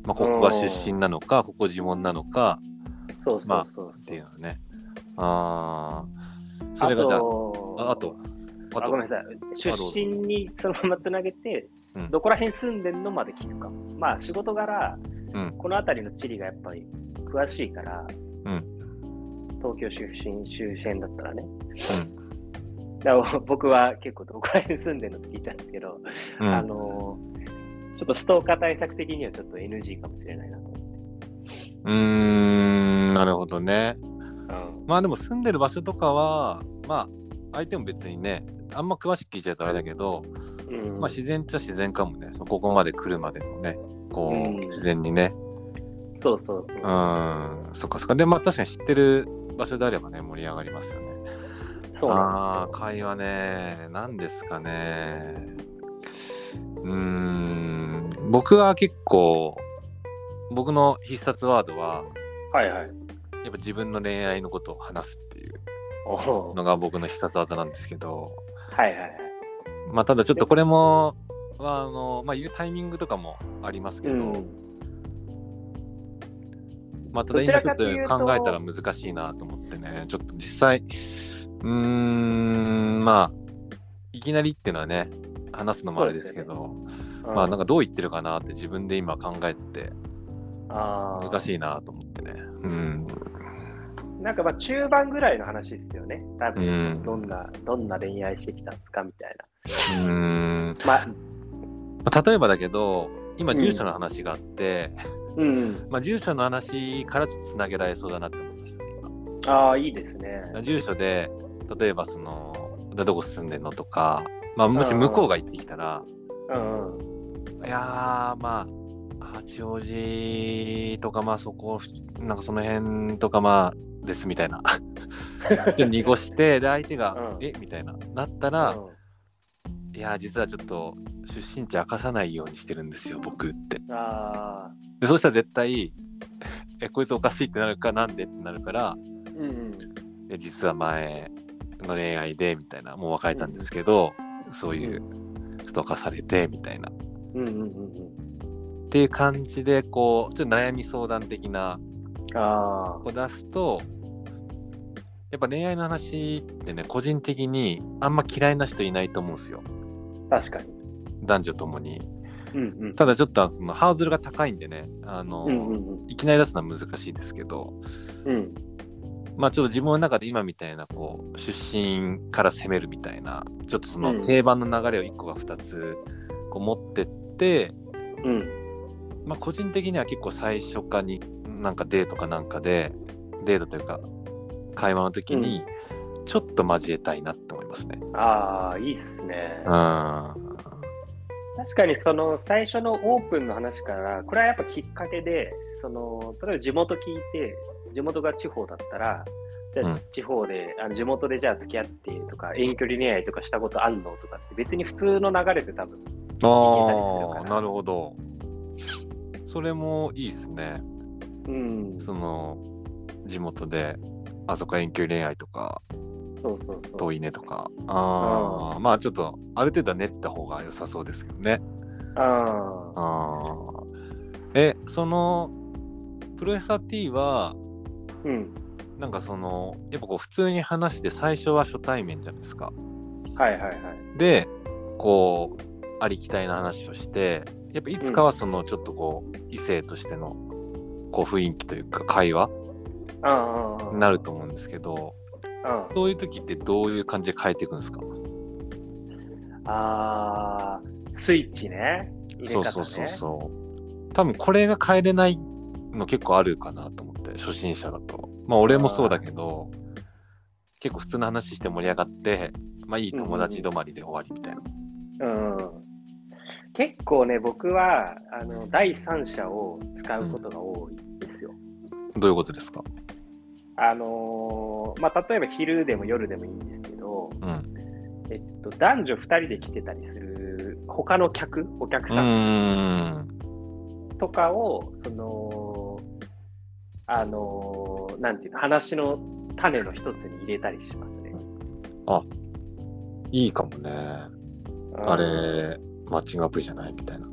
Speaker 1: まあ、ここが出身なのかここ自問なのか
Speaker 2: そうそうそう
Speaker 1: っ
Speaker 2: そ
Speaker 1: ていううのねあーそれがじゃあああとあ
Speaker 2: あ
Speaker 1: と
Speaker 2: ごめんなさい。
Speaker 1: あ
Speaker 2: 出
Speaker 1: どうぞ
Speaker 2: 身にそのままつなげて、
Speaker 1: うん
Speaker 2: どこら辺住んでんのまで聞くかも。まあ仕事柄、
Speaker 1: うん
Speaker 2: この辺りの地理がやっぱり詳しいから、
Speaker 1: うん
Speaker 2: 東京出身、周辺だったらね。
Speaker 1: うん
Speaker 2: だから <laughs> 僕は結構どこら辺住んでんのって聞いちゃうんですけど、
Speaker 1: う
Speaker 2: あ
Speaker 1: ん、
Speaker 2: のーちょっとストーカー対策的にはちょっと NG かもしれないなと。
Speaker 1: うーんなるほどね
Speaker 2: うん
Speaker 1: まあでも住んでる場所とかはまあ相手も別にねあんま詳しく聞いちゃうとあれだけど、
Speaker 2: うん
Speaker 1: まあ自然っちゃ自然かもねそのここまで来るまでのねこう、
Speaker 2: うん
Speaker 1: 自然にね
Speaker 2: そうそうそうう。
Speaker 1: んそっかそっかでまあ確かに知ってる場所であればね盛り上がりますよね
Speaker 2: そう
Speaker 1: あ
Speaker 2: な
Speaker 1: あー
Speaker 2: んですよ
Speaker 1: 会話ね何ですかねうーん僕は結構僕の必殺ワードは
Speaker 2: はいはい。
Speaker 1: やっぱ自分の恋愛のことを話すっていう
Speaker 2: おお。
Speaker 1: のが僕の必殺技なんですけど、
Speaker 2: はいはいはい。
Speaker 1: まあ、ただちょっとこれも、まああのまあ、言うタイミングとかもありますけ
Speaker 2: う
Speaker 1: ど、
Speaker 2: ん。
Speaker 1: まあ、ただ今ちょっと考えたら難しいなと思ってねちょっと実際うーんまあいきなりっていうのはね話すのもあれですけどまあなんかどう言ってるかなって自分で今考えて
Speaker 2: あ
Speaker 1: 難
Speaker 2: い。
Speaker 1: しいなと思ってねうん
Speaker 2: なんかまあ中盤ぐらいの話ですよね。多分、
Speaker 1: うん
Speaker 2: どんな、どんな恋愛してきたんですかみたいう
Speaker 1: ーん
Speaker 2: な。まあ、
Speaker 1: まあ例えばだけど今住所の話があって、
Speaker 2: うん。
Speaker 1: まあ、住所の話からちょっとつなげられそうだなって思いましたね
Speaker 2: ああ、いいですね。
Speaker 1: 今住所で例えばそのどこ住んでんのとか、まあ、もし向こうが行ってきたら
Speaker 2: うんうん。
Speaker 1: いやーまあ八王子とかまあそこなんかその辺とかまあですみたい
Speaker 2: <laughs>
Speaker 1: なちょっと濁してで相手が
Speaker 2: う
Speaker 1: 「
Speaker 2: ん
Speaker 1: えみたいななった
Speaker 2: う
Speaker 1: ら
Speaker 2: ん
Speaker 1: 「いやー実はちょっと出身地明かさないようにしてるんですよ僕」って
Speaker 2: ああ。
Speaker 1: でそうしたら絶対「えこいつおかしい」ってなるかなんでってなるから
Speaker 2: うんうん。
Speaker 1: 「え実は前の恋愛で」みたいなもう別れたんですけど、そういうストーカーされてみたいな
Speaker 2: うんうんうん
Speaker 1: っていう感じでこうちょっと悩み相談的な
Speaker 2: うん。あ
Speaker 1: を出すとやっぱ恋愛の話ってね個人的にあんま嫌いな人いないと思うんですよ
Speaker 2: あ、確かに。
Speaker 1: 男女ともに
Speaker 2: うんうん。
Speaker 1: ただちょっとそのハードルが高いんでねあの、
Speaker 2: うんうんうん。
Speaker 1: いきなり出すのは難しいですけど
Speaker 2: うん。
Speaker 1: まあちょっと自分の中で今みたいなこう出身から攻めるみたいなちょっとそうの
Speaker 2: ん
Speaker 1: 定番の流れを1個が2つこう持ってって、
Speaker 2: うん。
Speaker 1: まあ個人的には結構最初かになんかデートかなんかでデートというか会話の時にちょっと交えたいなって思いますね。
Speaker 2: ああ、いいっすね
Speaker 1: う。ん。
Speaker 2: 確かにその最初のオープンの話から、これはやっぱきっかけで、その例えば地元聞いて、地元が地方だったら、じゃ
Speaker 1: う
Speaker 2: あ
Speaker 1: ん
Speaker 2: 地方で、あの地元でじゃあ付き合ってとか、遠距離恋愛とかしたことあんのとかって、別に普通の流れで多分、
Speaker 1: ああ、なるほど。それもいいですね。
Speaker 2: うん、そ
Speaker 1: その地元で、あそこは遠距離恋愛とか、
Speaker 2: うそうそう。
Speaker 1: 遠いねとか。ああ、まあちょっとある程度は練った方が良さそうですけどね。
Speaker 2: ああ、
Speaker 1: ああ。え、そのプロレスター T は、
Speaker 2: うん、
Speaker 1: なんかそのやっぱこう普通に話して最初は初対面じゃないですか。
Speaker 2: はいはいはい。
Speaker 1: でこうありきたりな話をしてやっぱいつかはそのちょっとこう異性としてのこう雰囲気というか会話
Speaker 2: ああああ、
Speaker 1: になると思うんですけど
Speaker 2: うん。
Speaker 1: そういう時ってどういう感じで変えていくんですか
Speaker 2: あースイッチね。入れ
Speaker 1: そ
Speaker 2: 方
Speaker 1: う
Speaker 2: ね
Speaker 1: そうそうそう。多分これが変えれないの結構あるかなと思って初心者だと。まあ俺もそうだけど結構普通の話して盛り上がってまあいい友達止まりで終わりみたいな。
Speaker 2: うん。結構ね、僕はあの第三者を使うことが多いんですよ。
Speaker 1: どういうことですか
Speaker 2: あのーまあ、例えば昼でも夜でもいいんですけど、
Speaker 1: うん。
Speaker 2: えっと、男女2人で来てたりする他の客、お客
Speaker 1: う
Speaker 2: さん
Speaker 1: ーん。
Speaker 2: とかを、その、あのーなんていうの、話の種の一つに入れたりしますね。
Speaker 1: いいかもね。あれ、マッチングアプリじゃないみたいな。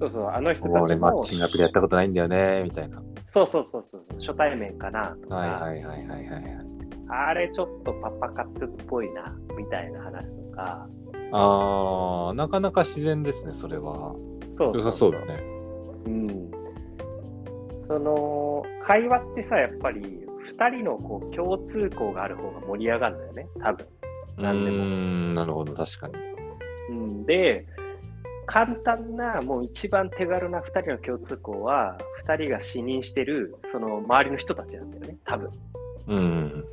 Speaker 2: そうそう、あの人たちも
Speaker 1: 俺、マッチングアプリやったことないんだよね、みたいな。
Speaker 2: そうそうそうそう、初対面かなとか、
Speaker 1: はいはいはいはいはいはい。
Speaker 2: あれちょっとパパ活っぽいなみたいな話とか、
Speaker 1: あー、なかなか自然ですね、それは。
Speaker 2: そう
Speaker 1: 良さそうだね。
Speaker 2: うん、その会話ってさ、やっぱり2人のこう共通項がある方が盛り上がるんだよね、多分。
Speaker 1: う
Speaker 2: なんでも
Speaker 1: ーん、なるほど、確かに。
Speaker 2: うん、で、簡単な、もう一番手軽な2人の共通項は、2人が視認してるその周りの人たちなんだよね、多分。
Speaker 1: うん。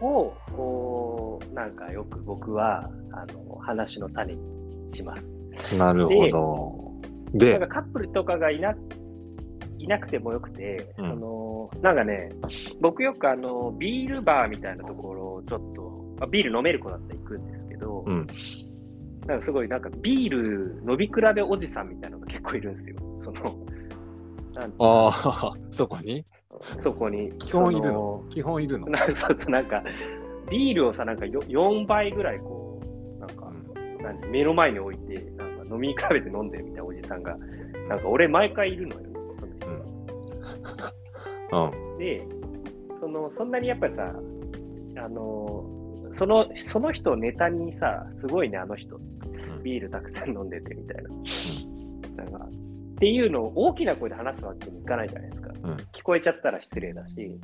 Speaker 2: をこうなんかよく僕はあの話の種にします。
Speaker 1: なるほど。
Speaker 2: な
Speaker 1: で
Speaker 2: んか、カップルとかがいないなくてもよくて、
Speaker 1: うん
Speaker 2: そのなんかね僕よくあのビールバーみたいなところをちょっと、まあ、ビール飲める子だったら行くんですけど、
Speaker 1: うん
Speaker 2: なんかすごいなんかビール飲み比べおじさんみたいなのが結結構いるんですよ。その、なん
Speaker 1: ああ、 <laughs> そこに
Speaker 2: そこに。
Speaker 1: 基本いる
Speaker 2: そ
Speaker 1: の基本いるの
Speaker 2: なそうそうなんかビールをさなんかよ4倍ぐらいこうなんか、なんて目の前に置いてなんか飲み比べて飲んでるみたいなおじさんがなんか俺毎回いるのよその人が
Speaker 1: うん。
Speaker 2: でそのそんなにやっぱりさあのそのその人をネタにさすごいねあの人
Speaker 1: ん
Speaker 2: ビールたくさん飲んでてみたいな,、なんかっていうのを大きな声で話すわけにいかないじゃないですか、
Speaker 1: うん
Speaker 2: 聞こえちゃったら失礼だし、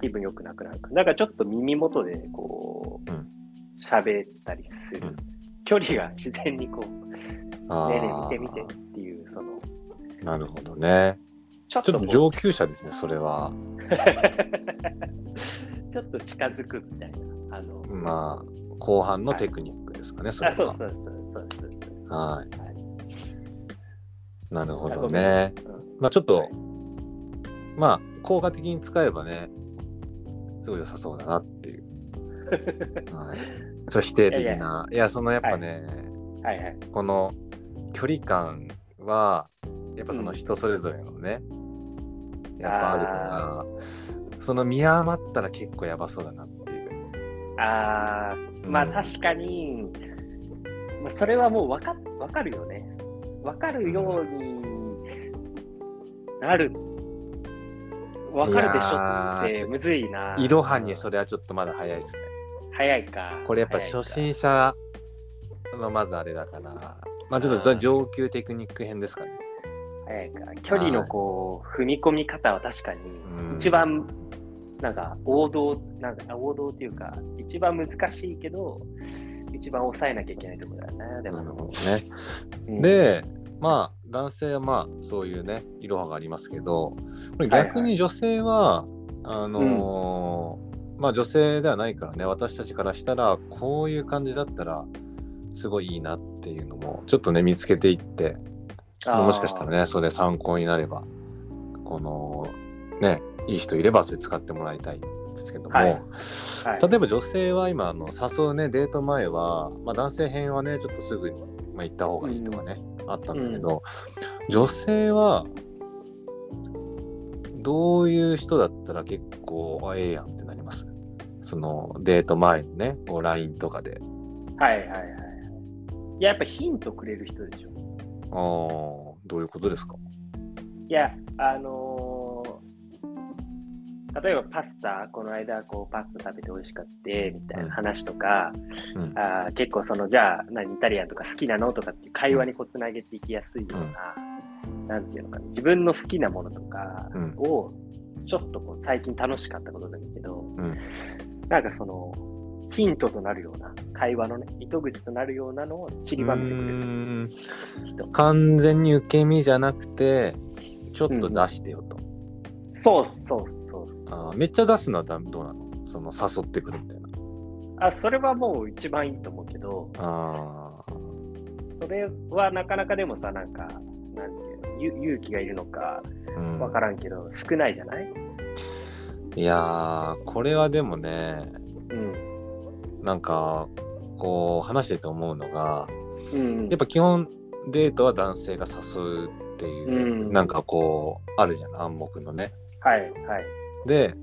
Speaker 2: 気分良くなくなるからなんかちょっと耳元でこう
Speaker 1: うん
Speaker 2: 喋、ったりする、
Speaker 1: うん
Speaker 2: 距離が自然にこう「
Speaker 1: あ
Speaker 2: ねえね
Speaker 1: あ
Speaker 2: え見て見て」っていうその
Speaker 1: なるほどね。
Speaker 2: ちょっ
Speaker 1: ち
Speaker 2: と
Speaker 1: ょっ
Speaker 2: こと
Speaker 1: 上
Speaker 2: う
Speaker 1: 級者ですね、それは。
Speaker 2: <laughs> ちょっと近づくみたいな。あの、
Speaker 1: まあ、後半のテクニックですかね、それ
Speaker 2: あ、そう
Speaker 1: は。
Speaker 2: そうそうそうそうそう。
Speaker 1: はい。
Speaker 2: はい
Speaker 1: なるほどね。まあちょっと、まあ、効果的に使えばね、すごい良さそうだなって
Speaker 2: <laughs>
Speaker 1: いう。はい、そう否定的な。い
Speaker 2: いや
Speaker 1: や
Speaker 2: い
Speaker 1: そのやっぱね、
Speaker 2: はいはい。
Speaker 1: この距離感は、やっぱその人それぞれのね、やっぱあるから、その見余ったら結構やばそうだなっていう。
Speaker 2: あ
Speaker 1: う
Speaker 2: ー、
Speaker 1: ん
Speaker 2: まあ確かに、まあ、それはもうわかわかるよね。わかるようになる。わかるでしょ
Speaker 1: いやーちょ
Speaker 2: って
Speaker 1: っと
Speaker 2: むずいな。
Speaker 1: いろはにそれはちょっとまだ早いですね。
Speaker 2: 早いか。
Speaker 1: これやっぱ
Speaker 2: 早いか
Speaker 1: 初心者のまずあれだから、まあちょっ
Speaker 2: あ
Speaker 1: と
Speaker 2: ー
Speaker 1: 上級テクニック編ですかね。
Speaker 2: 早いか。距離のこう、踏み込み方は確かに
Speaker 1: うん
Speaker 2: 一番なんか王道、なんか王道っていうか、一番難しいけど、一番抑えなきゃいけないところだな、で
Speaker 1: なる
Speaker 2: も。
Speaker 1: ほどね。
Speaker 2: うん、
Speaker 1: で、まあ男性はまあそういうね、いろはがありますけど、これ逆に女性は、あのーまあ女性ではないからね、私たちからしたら、こういう感じだったら、すごいいいなっていうのも、ちょっとね、見つけていって、
Speaker 2: あー
Speaker 1: もしかしたら。ね、それ参考になれば、この、ね、いい人いればそれ使ってもらいたいですけども、
Speaker 2: はいはい
Speaker 1: 例えば女性は今、あの誘うね、デート前は、まあ、男性編はね、ちょっとすぐに、まあ、行った方がいいとかね、あったんだけど、女性は、どういう人だったら結構、あええやんってなります。そのデート前のね、こう LINE とかで。
Speaker 2: はいはいはいはい。いや、やっぱヒントくれる人でしょ。
Speaker 1: あーどういうことですか
Speaker 2: いや、あのー例えばパスタ、この間こうパスタ食べて美味しかってみたいな話とか、
Speaker 1: うん。
Speaker 2: あー結構そのじゃあ何イタリアンとか好きなのとかっていう会話にこうつなげていきやすいような、なんていうのかな自分の好きなものとか
Speaker 1: うん。
Speaker 2: をちょっとこう最近楽しかったことでもいいけど、
Speaker 1: ん
Speaker 2: なんかそのヒントとなるような会話のね糸口となるようなのを散りばめてくれ
Speaker 1: うー
Speaker 2: る
Speaker 1: ん
Speaker 2: 人
Speaker 1: 完全に受け身じゃなくてちょっと出してよと、
Speaker 2: そうそうそう
Speaker 1: あーめっちゃ出すのはだどうなのその誘ってくるみたいな
Speaker 2: あそれはもう一番いいと思うけど
Speaker 1: あ
Speaker 2: それはなかなかでもさなんかなんていうのゆ勇気がいるのか
Speaker 1: ー、うん
Speaker 2: わからんけど、少ないじゃない、
Speaker 1: いやーこれはでもね
Speaker 2: うん
Speaker 1: なんかこう話してて思うのが
Speaker 2: うん、
Speaker 1: やっぱ基本デートは男性が誘うっていう、
Speaker 2: うん
Speaker 1: なんかこうあるじゃん暗黙のね
Speaker 2: はいはい
Speaker 1: で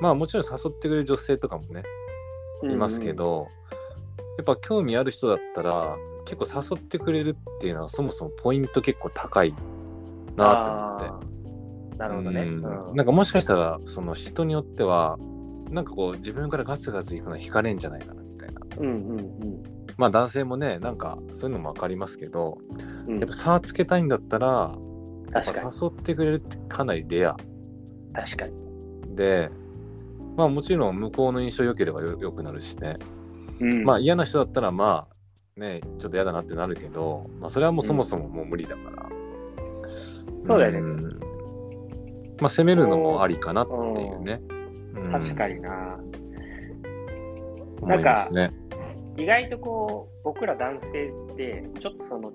Speaker 1: まあもちろん誘ってくれる女性とかもねいますけど、やっぱ興味ある人だったら結構誘ってくれるっていうのはそもそもポイント結構高い
Speaker 2: うん、
Speaker 1: なと思って
Speaker 2: あーなるほどね。
Speaker 1: うん
Speaker 2: うん
Speaker 1: なんかもしかしたらその人によってはなんかこう自分からガツガツいくのは惹かれんじゃないかなみたいな
Speaker 2: うんうん
Speaker 1: まあ男性もねなんかそういうのも分かりますけど
Speaker 2: うんうん
Speaker 1: やっぱ差つけたいんだったらやっ
Speaker 2: 確
Speaker 1: ぱ
Speaker 2: かに
Speaker 1: 誘ってくれるってかなりレア
Speaker 2: 確かに。
Speaker 1: でまあもちろん向こうの印象良ければよ良くなるしね
Speaker 2: うん
Speaker 1: まあ嫌な人だったらまあねちょっと嫌だなってなるけど、まあ、それはもうそもそももう無理だから、
Speaker 2: そうだよね
Speaker 1: んまあ攻めるのもありかなっていうね、うん
Speaker 2: 確かにな。
Speaker 1: 思いますね
Speaker 2: 意外とこう僕ら男性ってちょっとその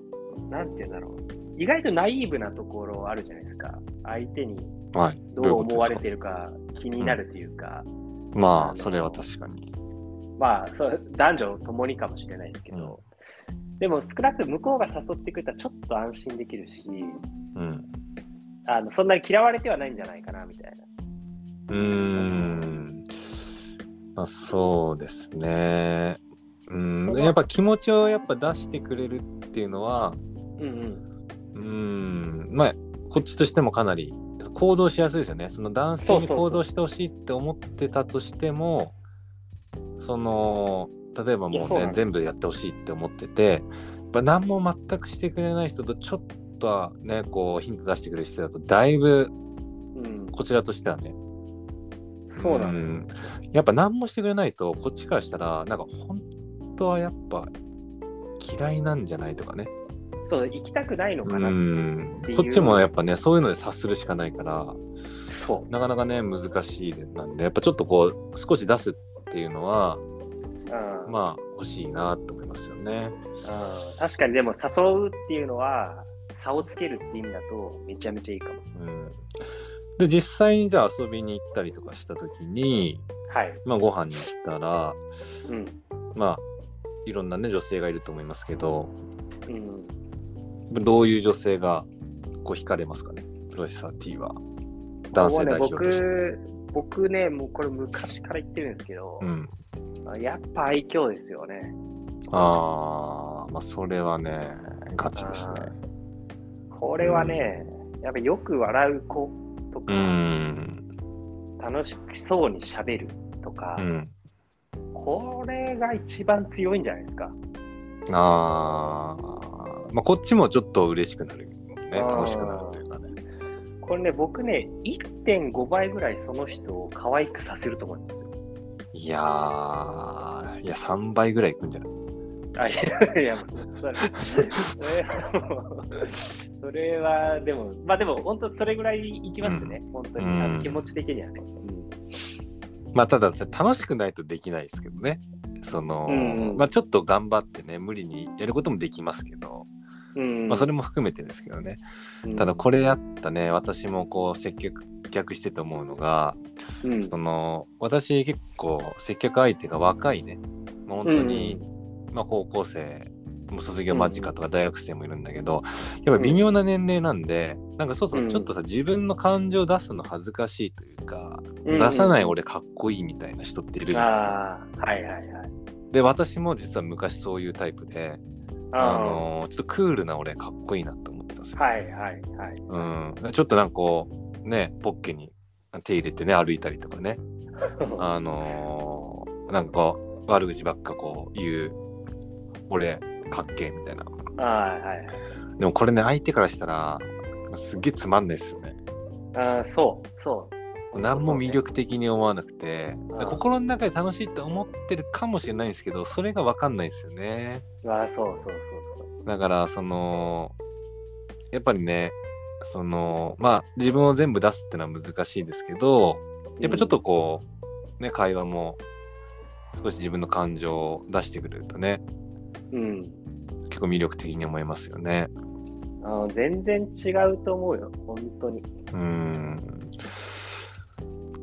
Speaker 2: なんて言うんだろう意外とナイーブなところあるじゃないですか相手に
Speaker 1: はいど
Speaker 2: ど
Speaker 1: ういううこと
Speaker 2: 思わ
Speaker 1: で
Speaker 2: れ
Speaker 1: すか
Speaker 2: てるか気になるというか、
Speaker 1: まあそれは確かに
Speaker 2: まあそう男女ともにかもしれないですけど、でも少なくとも向こうが誘ってくれたらちょっと安心できるし、
Speaker 1: うん。
Speaker 2: あのそんなに嫌われてはないんじゃないかなみたいな。
Speaker 1: うーん。まあ、そうですね。うん。やっぱ気持ちをやっぱ出してくれるっていうのは、
Speaker 2: うん
Speaker 1: うーん、まあ、こっちとしてもかなり行動しやすいですよね。その男性に
Speaker 2: そうそうそう
Speaker 1: 行動してほしいって思ってたとしても、その、例えば
Speaker 2: い
Speaker 1: も
Speaker 2: や
Speaker 1: う
Speaker 2: そうな
Speaker 1: ね
Speaker 2: の、
Speaker 1: 全部やってほしいって思ってて、やっぱ何も全くしてくれない人とちょっとはね、こう、ヒント出してくれる人だと、だいぶ、
Speaker 2: うん。うん、
Speaker 1: こちらとしてはね、
Speaker 2: そうなん
Speaker 1: う
Speaker 2: だ
Speaker 1: ん
Speaker 2: よ。
Speaker 1: やっぱ何もしてくれないと、こっちからしたら、なんか本当はやっぱ嫌いなんじゃないとかね。
Speaker 2: そう、行きたくないのか
Speaker 1: う
Speaker 2: な。
Speaker 1: ん
Speaker 2: っていう
Speaker 1: こっちもやっぱねそういうので察するしかないから
Speaker 2: そ
Speaker 1: なかなかね難しいなんでやっぱちょっとこう少し出すっていうのは
Speaker 2: う。うん
Speaker 1: まあ欲しいなと思いますよね。
Speaker 2: うん確かにでも誘うっていうのは差をつけるって意味だとめちゃめちゃいいかも。
Speaker 1: うん、で実際にじゃあ遊びに行ったりとかした時に、
Speaker 2: はい。
Speaker 1: まあ、ご飯に行ったら
Speaker 2: うん。
Speaker 1: まあいろんなね女性がいると思いますけど
Speaker 2: うん、
Speaker 1: どういう女性がこう惹かれますかねプロレスサー T は男性代表として。
Speaker 2: 僕僕ね、もうこれ昔から言ってるんですけど、
Speaker 1: うん、
Speaker 2: やっぱ愛嬌ですよね。
Speaker 1: ああまあそれはねガチですね。
Speaker 2: これはね、やっぱよく笑う子と
Speaker 1: う
Speaker 2: か、
Speaker 1: ん
Speaker 2: 楽しそうにしゃべるとか、
Speaker 1: うん
Speaker 2: これが一番強いんじゃないですか。
Speaker 1: あーまあこっちもちょっと嬉しくなるね
Speaker 2: あー
Speaker 1: 楽しくなるというかね
Speaker 2: これね、僕ね、1.5倍ぐらいその人を可愛くさせると思いますよ。 <laughs>
Speaker 1: いやーいや3倍ぐらいいくんじゃない
Speaker 2: あ、いや、いや、それ、それはもうそれは、でも、まあでも、本当それぐらいいきますね、本当に、あ
Speaker 1: うん
Speaker 2: の気持ち的にはね。
Speaker 1: まあただ楽しくないとできないですけどねその、
Speaker 2: うんうん
Speaker 1: まあちょっと頑張ってね無理にやることもできますけど、
Speaker 2: うん
Speaker 1: まあそれも含めてですけどね、
Speaker 2: うん
Speaker 1: ただこれやったね私もこう接客してて思うのが、
Speaker 2: うん
Speaker 1: その私結構接客相手が若いねもう本当に、まあ、高校生もう卒業間近とか大学生もいるんだけど、やっぱ微妙な年齢なんで、なんかそうそう
Speaker 2: うん
Speaker 1: ちょっとさ自分の感情出すの恥ずかしいというか、
Speaker 2: うん
Speaker 1: 出さない俺かっこいいみたいな人っているじゃないですか。
Speaker 2: ああ、はいはいはい。
Speaker 1: で私も実は昔そういうタイプで、あ
Speaker 2: あの
Speaker 1: のーちょっとクールな俺かっこいいなと思ってたんですよ。
Speaker 2: はいはいはい。
Speaker 1: うん、ちょっとなんかこうねポッケに手入れてね歩いたりとかねあのーなんかこう悪口ばっかこう言う俺かっけえみたいな
Speaker 2: ああ、 <laughs> はい。
Speaker 1: でもこれね相手からしたらすっげえつまんないですよね
Speaker 2: ああ、そう、そう。
Speaker 1: 何も魅力的に思わなくて、
Speaker 2: うん
Speaker 1: 心の中で楽しいって思ってるかもしれないんですけどそれが分かんないですよね
Speaker 2: ああ、そうそうそう
Speaker 1: だからそのやっぱりねそのまあ自分を全部出すってのは難しいですけど
Speaker 2: そう。
Speaker 1: やっぱちょっとこう、ね、会話も少し自分の感情を出してくれるとね、
Speaker 2: うん、
Speaker 1: 結構魅力的に思いますよね。
Speaker 2: うんあの。全然違うと思うよ、本当に。
Speaker 1: うん。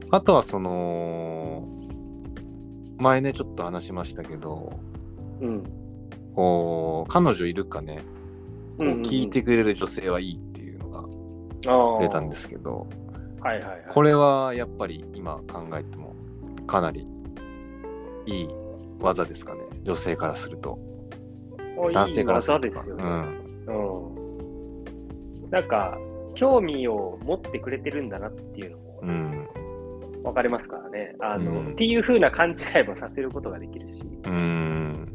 Speaker 1: あとはその、前ね、ちょっと話しましたけど、
Speaker 2: うん。
Speaker 1: こう、彼女いるかね、こう
Speaker 2: うんうん。
Speaker 1: 聞いてくれる女性はいいっていうのが出たんですすけど、
Speaker 2: はいはいはい。
Speaker 1: これはやっぱり今考えてもかなりいい技ですかね、女性からすると。
Speaker 2: お
Speaker 1: 男性からする
Speaker 2: い
Speaker 1: と
Speaker 2: い
Speaker 1: か。
Speaker 2: 技ですよ
Speaker 1: う
Speaker 2: ね。
Speaker 1: ん。
Speaker 2: うんなんか、興味を持ってくれてるんだなっていうのも
Speaker 1: うん。
Speaker 2: 分かりますからね。あの
Speaker 1: うん
Speaker 2: っていう風な勘違いもさせることができるし、
Speaker 1: うん。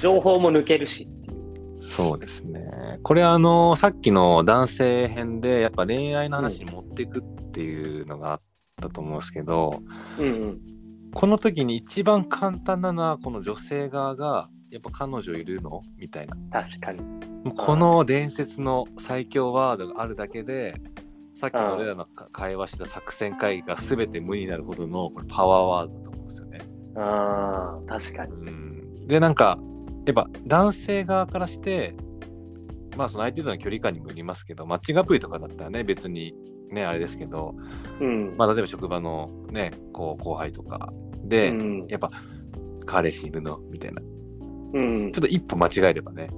Speaker 2: 情報も抜けるしっていう。
Speaker 1: そうですね。これあのさっきの男性編でやっぱ恋愛の話に持っていくっていうのがあったと思うんですけど、
Speaker 2: うんうん。
Speaker 1: この時に一番簡単なのはこの女性側がやっぱ彼女いるのみたいな
Speaker 2: 確かに。
Speaker 1: もうこの伝説の最強ワードがあるだけでさっきの俺らのか会話した作戦会議が全て無になるほどのこれパワーワードだと思うんですよね。
Speaker 2: ああ、確かに。
Speaker 1: うんでなんかやっぱ男性側からしてまあその相手との距離感にもよりますけどマッチングアプリとかだったらね別にねあれですけど、
Speaker 2: うん。
Speaker 1: まあ、例えば職場のねこう後輩とか
Speaker 2: う
Speaker 1: で、
Speaker 2: ん
Speaker 1: やっぱ彼氏いるのみたいなちょ
Speaker 2: うん
Speaker 1: っと一歩間違えればね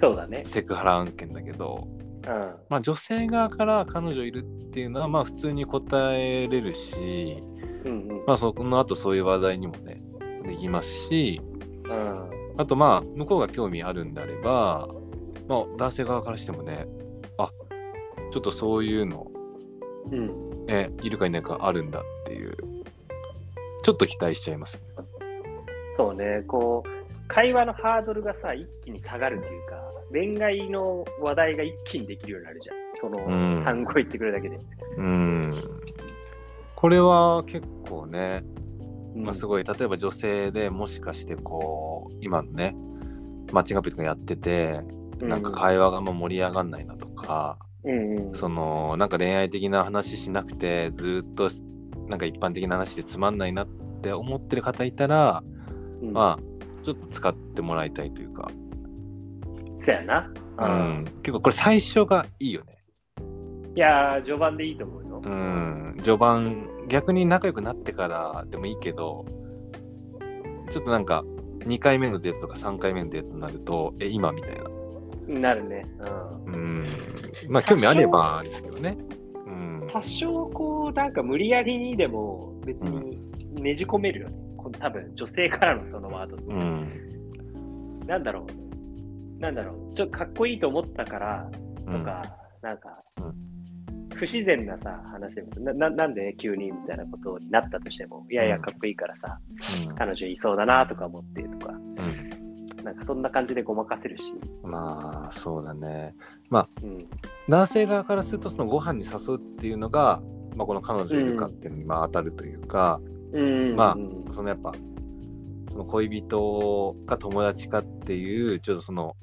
Speaker 2: そうだね。
Speaker 1: セクハラ案件だけど、
Speaker 2: うん。
Speaker 1: まあ、女性側から彼女いるっていうのはまあ普通に答えれるし、
Speaker 2: うんうん。
Speaker 1: まあ、その後そういう話題にもねできますし
Speaker 2: うん。
Speaker 1: あとまあ向こうが興味あるんであれば、まあ、男性側からしてもねあちょっとそういうの、
Speaker 2: うん。
Speaker 1: ね、いるかいないかあるんだっていうちょっと期待しちゃいます
Speaker 2: そうね。こう、会話のハードルがさ、一気に下がるというか、恋愛の話題が一気にできるようになるじゃん。そ
Speaker 1: うん
Speaker 2: の単語言ってくるだけで。
Speaker 1: うんこれは結構ね、
Speaker 2: うん
Speaker 1: まあ、すごい例えば女性でもしかしてこう今のねマッチングアプリとかやっててなんか会話がもう盛り上がんないなとか、
Speaker 2: うんうん。
Speaker 1: そのなんか恋愛的な話しなくてずーっとなんか一般的な話でつまんないなって思ってる方いたら、
Speaker 2: うん
Speaker 1: まあちょっと使ってもらいたいというか、
Speaker 2: そうやな。
Speaker 1: う
Speaker 2: うん
Speaker 1: ん、結構これ最初がいいよね、
Speaker 2: いやー、序盤でいいと思うよ。
Speaker 1: うん、序盤逆に仲良くなってからでもいいけどちょっとなんか2回目のデートとか3回目のデートになるとえ今みたいな、
Speaker 2: なるね。うん。
Speaker 1: うん、まあ興味あればですけどね、うん、
Speaker 2: 多少、こう、なんか無理やりにでも、別にねじ込めるよね。この多分、女性からのそのワードって。
Speaker 1: うん、
Speaker 2: なんだろう。なんだろう。ちょっとかっこいいと思ったから、
Speaker 1: う
Speaker 2: と
Speaker 1: ん
Speaker 2: か、なんか
Speaker 1: う、
Speaker 2: 不自然なさ、話でもなな、なんで急にみたいなことになったとしても、いやいや、かっこいいからさ、彼女いそうだなとか思ってと
Speaker 1: う
Speaker 2: か、
Speaker 1: んうん
Speaker 2: なんかそんな感じでごまかせるし。
Speaker 1: まあそうだね
Speaker 2: うん。
Speaker 1: 男性側からするとそのご飯に誘うっていうのが、まあ、この彼女いるかっていうのにまあ当たるというか、
Speaker 2: うん。
Speaker 1: まあ
Speaker 2: うん
Speaker 1: そのやっぱその恋人か友達かっていうちょっとその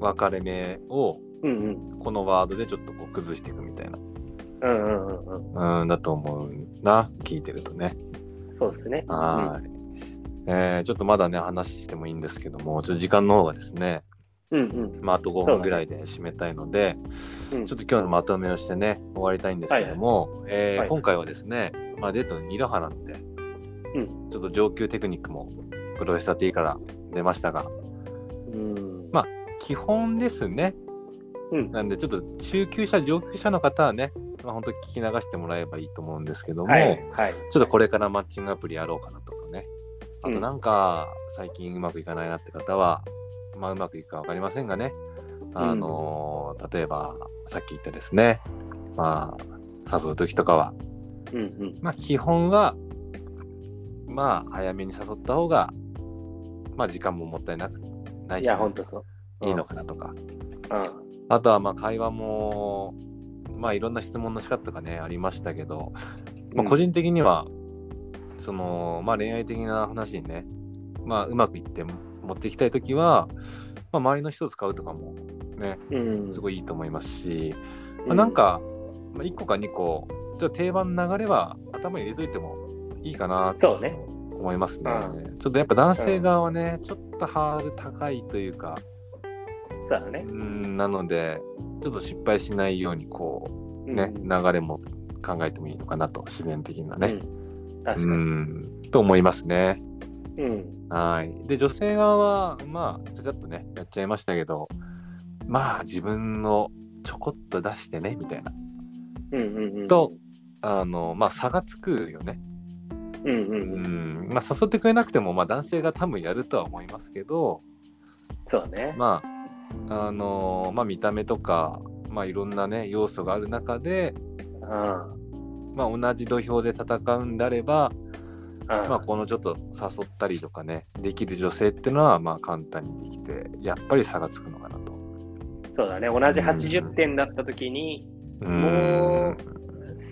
Speaker 1: 分かれ目を
Speaker 2: うん。
Speaker 1: このワードでちょっとこう崩していくみたい
Speaker 2: うんうんうんうん。
Speaker 1: なうんだと思うな聞いてるとね
Speaker 2: そうですね。
Speaker 1: はい、えーちょっとまだね話してもいいんですけどもちょっと時間の方がですね、
Speaker 2: うんうん。
Speaker 1: まあ、あと5
Speaker 2: そう
Speaker 1: 分
Speaker 2: ね
Speaker 1: ぐらいで締めたいので、
Speaker 2: うん
Speaker 1: ちょっと今日のまとめをしてね、終わりたいんですけども、えー
Speaker 2: はい
Speaker 1: 今回はですね、まあ、デートのイロハなんで、
Speaker 2: うん
Speaker 1: ちょっと上級テクニックもプロフェッサー T から出ましたが、
Speaker 2: うん。
Speaker 1: まあ基本ですね。
Speaker 2: うん
Speaker 1: なんで、ちょっと中級者、上級者の方はね、まあ、本当聞き流してもらえばいいと思うんですけども、
Speaker 2: はい。はい。
Speaker 1: ちょっとこれからマッチングアプリやろうかなとかね。あと
Speaker 2: うん
Speaker 1: なんか、最近うまくいかないなって方は、まあうまくいくかわかりませんがね。あのー例えば、さっき言ったですね。まあ、誘う時とかは、
Speaker 2: うんうん。
Speaker 1: まあ基本は、まあ早めに誘った方が、まあ時間ももったいなくない
Speaker 2: い
Speaker 1: し、
Speaker 2: や、ほんとそう。
Speaker 1: いいのかなとか。
Speaker 2: うん。
Speaker 1: あとはまあ会話も、まあいろんな質問の仕方とかね、ありましたけど、まあ、個人的には、その、まあ、恋愛的な話にね、まあ、うまくいって持っていきたいときは、まあ、周りの人を使うとかもね、
Speaker 2: うん、
Speaker 1: す
Speaker 2: い、
Speaker 1: ごいいいと思いますし、まあ、なん、か、まあ、1個か2個、ちょっと定番の流れは頭に入れといてもいいかなと
Speaker 2: そうね
Speaker 1: 思いますね。
Speaker 2: う
Speaker 1: ちょっとやっぱ男性側はね、ちょっとハードル高いというか、
Speaker 2: そうだね
Speaker 1: う。ん、なので、ちょっと失敗しないように、こう、ね、
Speaker 2: うん
Speaker 1: 流れも考えてもいいのかなと、自然的なね。
Speaker 2: うん、確か
Speaker 1: う
Speaker 2: に。
Speaker 1: ん、と思いますね。
Speaker 2: うん。
Speaker 1: はい。で、女性側は、まあ、ちゃちゃっとね、やっちゃいましたけど、まあ、自分のちょこっと出してね、みたいな。
Speaker 2: うんうんうん。
Speaker 1: と、あの、まあ、差がつくよね。
Speaker 2: うんう
Speaker 1: うん
Speaker 2: う
Speaker 1: ん。
Speaker 2: ん。
Speaker 1: まあ、誘ってくれなくても、まあ、男性が多分やるとは思いますけど、
Speaker 2: そうだね。
Speaker 1: まあ、あの、まあ、見た目とか、まあ、いろんなね、要素がある中で、
Speaker 2: うん。うん。
Speaker 1: まあ、同じ土俵で戦うんであれば、まあ、このちょっと誘ったりとかねできる女性ってのはまあ簡単にできてやっぱり差がつくのかなと。
Speaker 2: そうだね。同じ80点だったときに、
Speaker 1: うん
Speaker 2: もう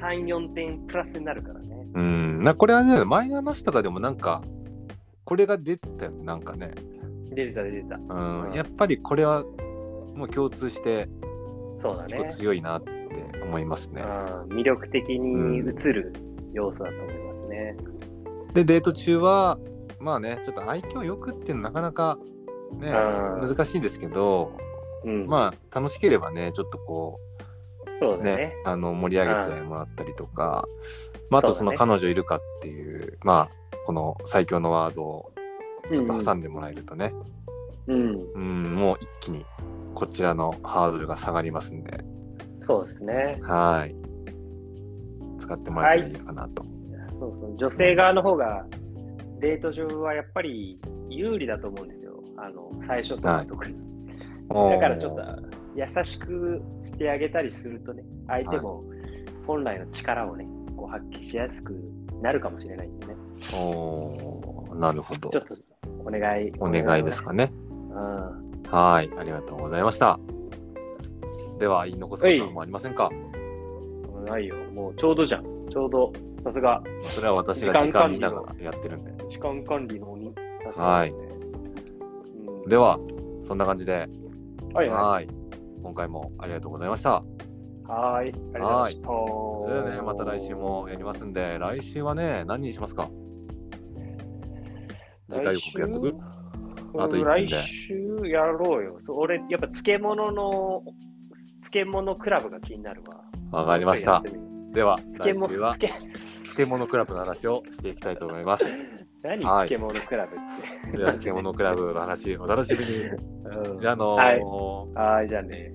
Speaker 2: 3、4点プラスになるからね。
Speaker 1: うんなこれはね前の話とかでもなんかこれが出てたよねなんかね、
Speaker 2: 出てた出てた。
Speaker 1: うん
Speaker 2: うん
Speaker 1: やっぱりこれはもう共通して
Speaker 2: そうだ
Speaker 1: 結構
Speaker 2: ね。
Speaker 1: 強いなって思いますね。
Speaker 2: うん、魅力的に映る要素だと思いますね。
Speaker 1: でデート中はまあねちょっと愛嬌よくっていうのなかなかね
Speaker 2: うん
Speaker 1: 難しいんですけど
Speaker 2: うん、あ、
Speaker 1: まあ楽しければねちょっとこう
Speaker 2: そうだね。
Speaker 1: ね、あの盛り上げてもらったりとか、まあ、あとその
Speaker 2: そうだ
Speaker 1: 彼女いるかっていうまあこの最強のワードをちょっと挟んでもらえるとね、
Speaker 2: うん、うん
Speaker 1: うんもう一気にこちらのハードルが下がりますんで、
Speaker 2: そうですね。
Speaker 1: はい。使ってもらえたらいいかなと。
Speaker 2: そうそう女性側の方が、デート上はやっぱり有利だと思うんですよ。あの、最初とか特に。だからちょっと優しくしてあげたりするとね、相手も本来の力をね、こう発揮しやすくなるかもしれないんでね。
Speaker 1: と。おーなるほど
Speaker 2: ちょ。っとお願い。
Speaker 1: お願いですかね。
Speaker 2: うん。
Speaker 1: はい。ありがとうございました。では、言い残すことはもうありませんか
Speaker 2: ないよ。もうちょうどじゃん。ちょうど、さすが、
Speaker 1: それは私が時間
Speaker 2: 時間管
Speaker 1: 見
Speaker 2: 理
Speaker 1: な
Speaker 2: の
Speaker 1: がらやってるんで。
Speaker 2: 時間管理の鬼。
Speaker 1: はい
Speaker 2: うん。
Speaker 1: では、そんな感じで、
Speaker 2: はいはい。
Speaker 1: はい今回もありがとうございました。
Speaker 2: はい。ありがとうございました。
Speaker 1: そ
Speaker 2: そ
Speaker 1: れではね、また来週もやりますんで、来週はね、何にしますか次回予告やっとくあと一分
Speaker 2: 来
Speaker 1: で
Speaker 2: 週やろうよ。そう俺、やっぱ漬物の、漬物クラブが気になるわ。
Speaker 1: わかりました。では、来
Speaker 2: 漬物、
Speaker 1: 週は
Speaker 2: 漬
Speaker 1: 漬物クラブの話をしていきたいと思います。
Speaker 2: 何
Speaker 1: はい
Speaker 2: 漬物クラブって。
Speaker 1: で
Speaker 2: <laughs>
Speaker 1: は、漬物クラブの話、お楽しみに。
Speaker 2: ブ。
Speaker 1: じゃあのー
Speaker 2: はいはいじゃあね。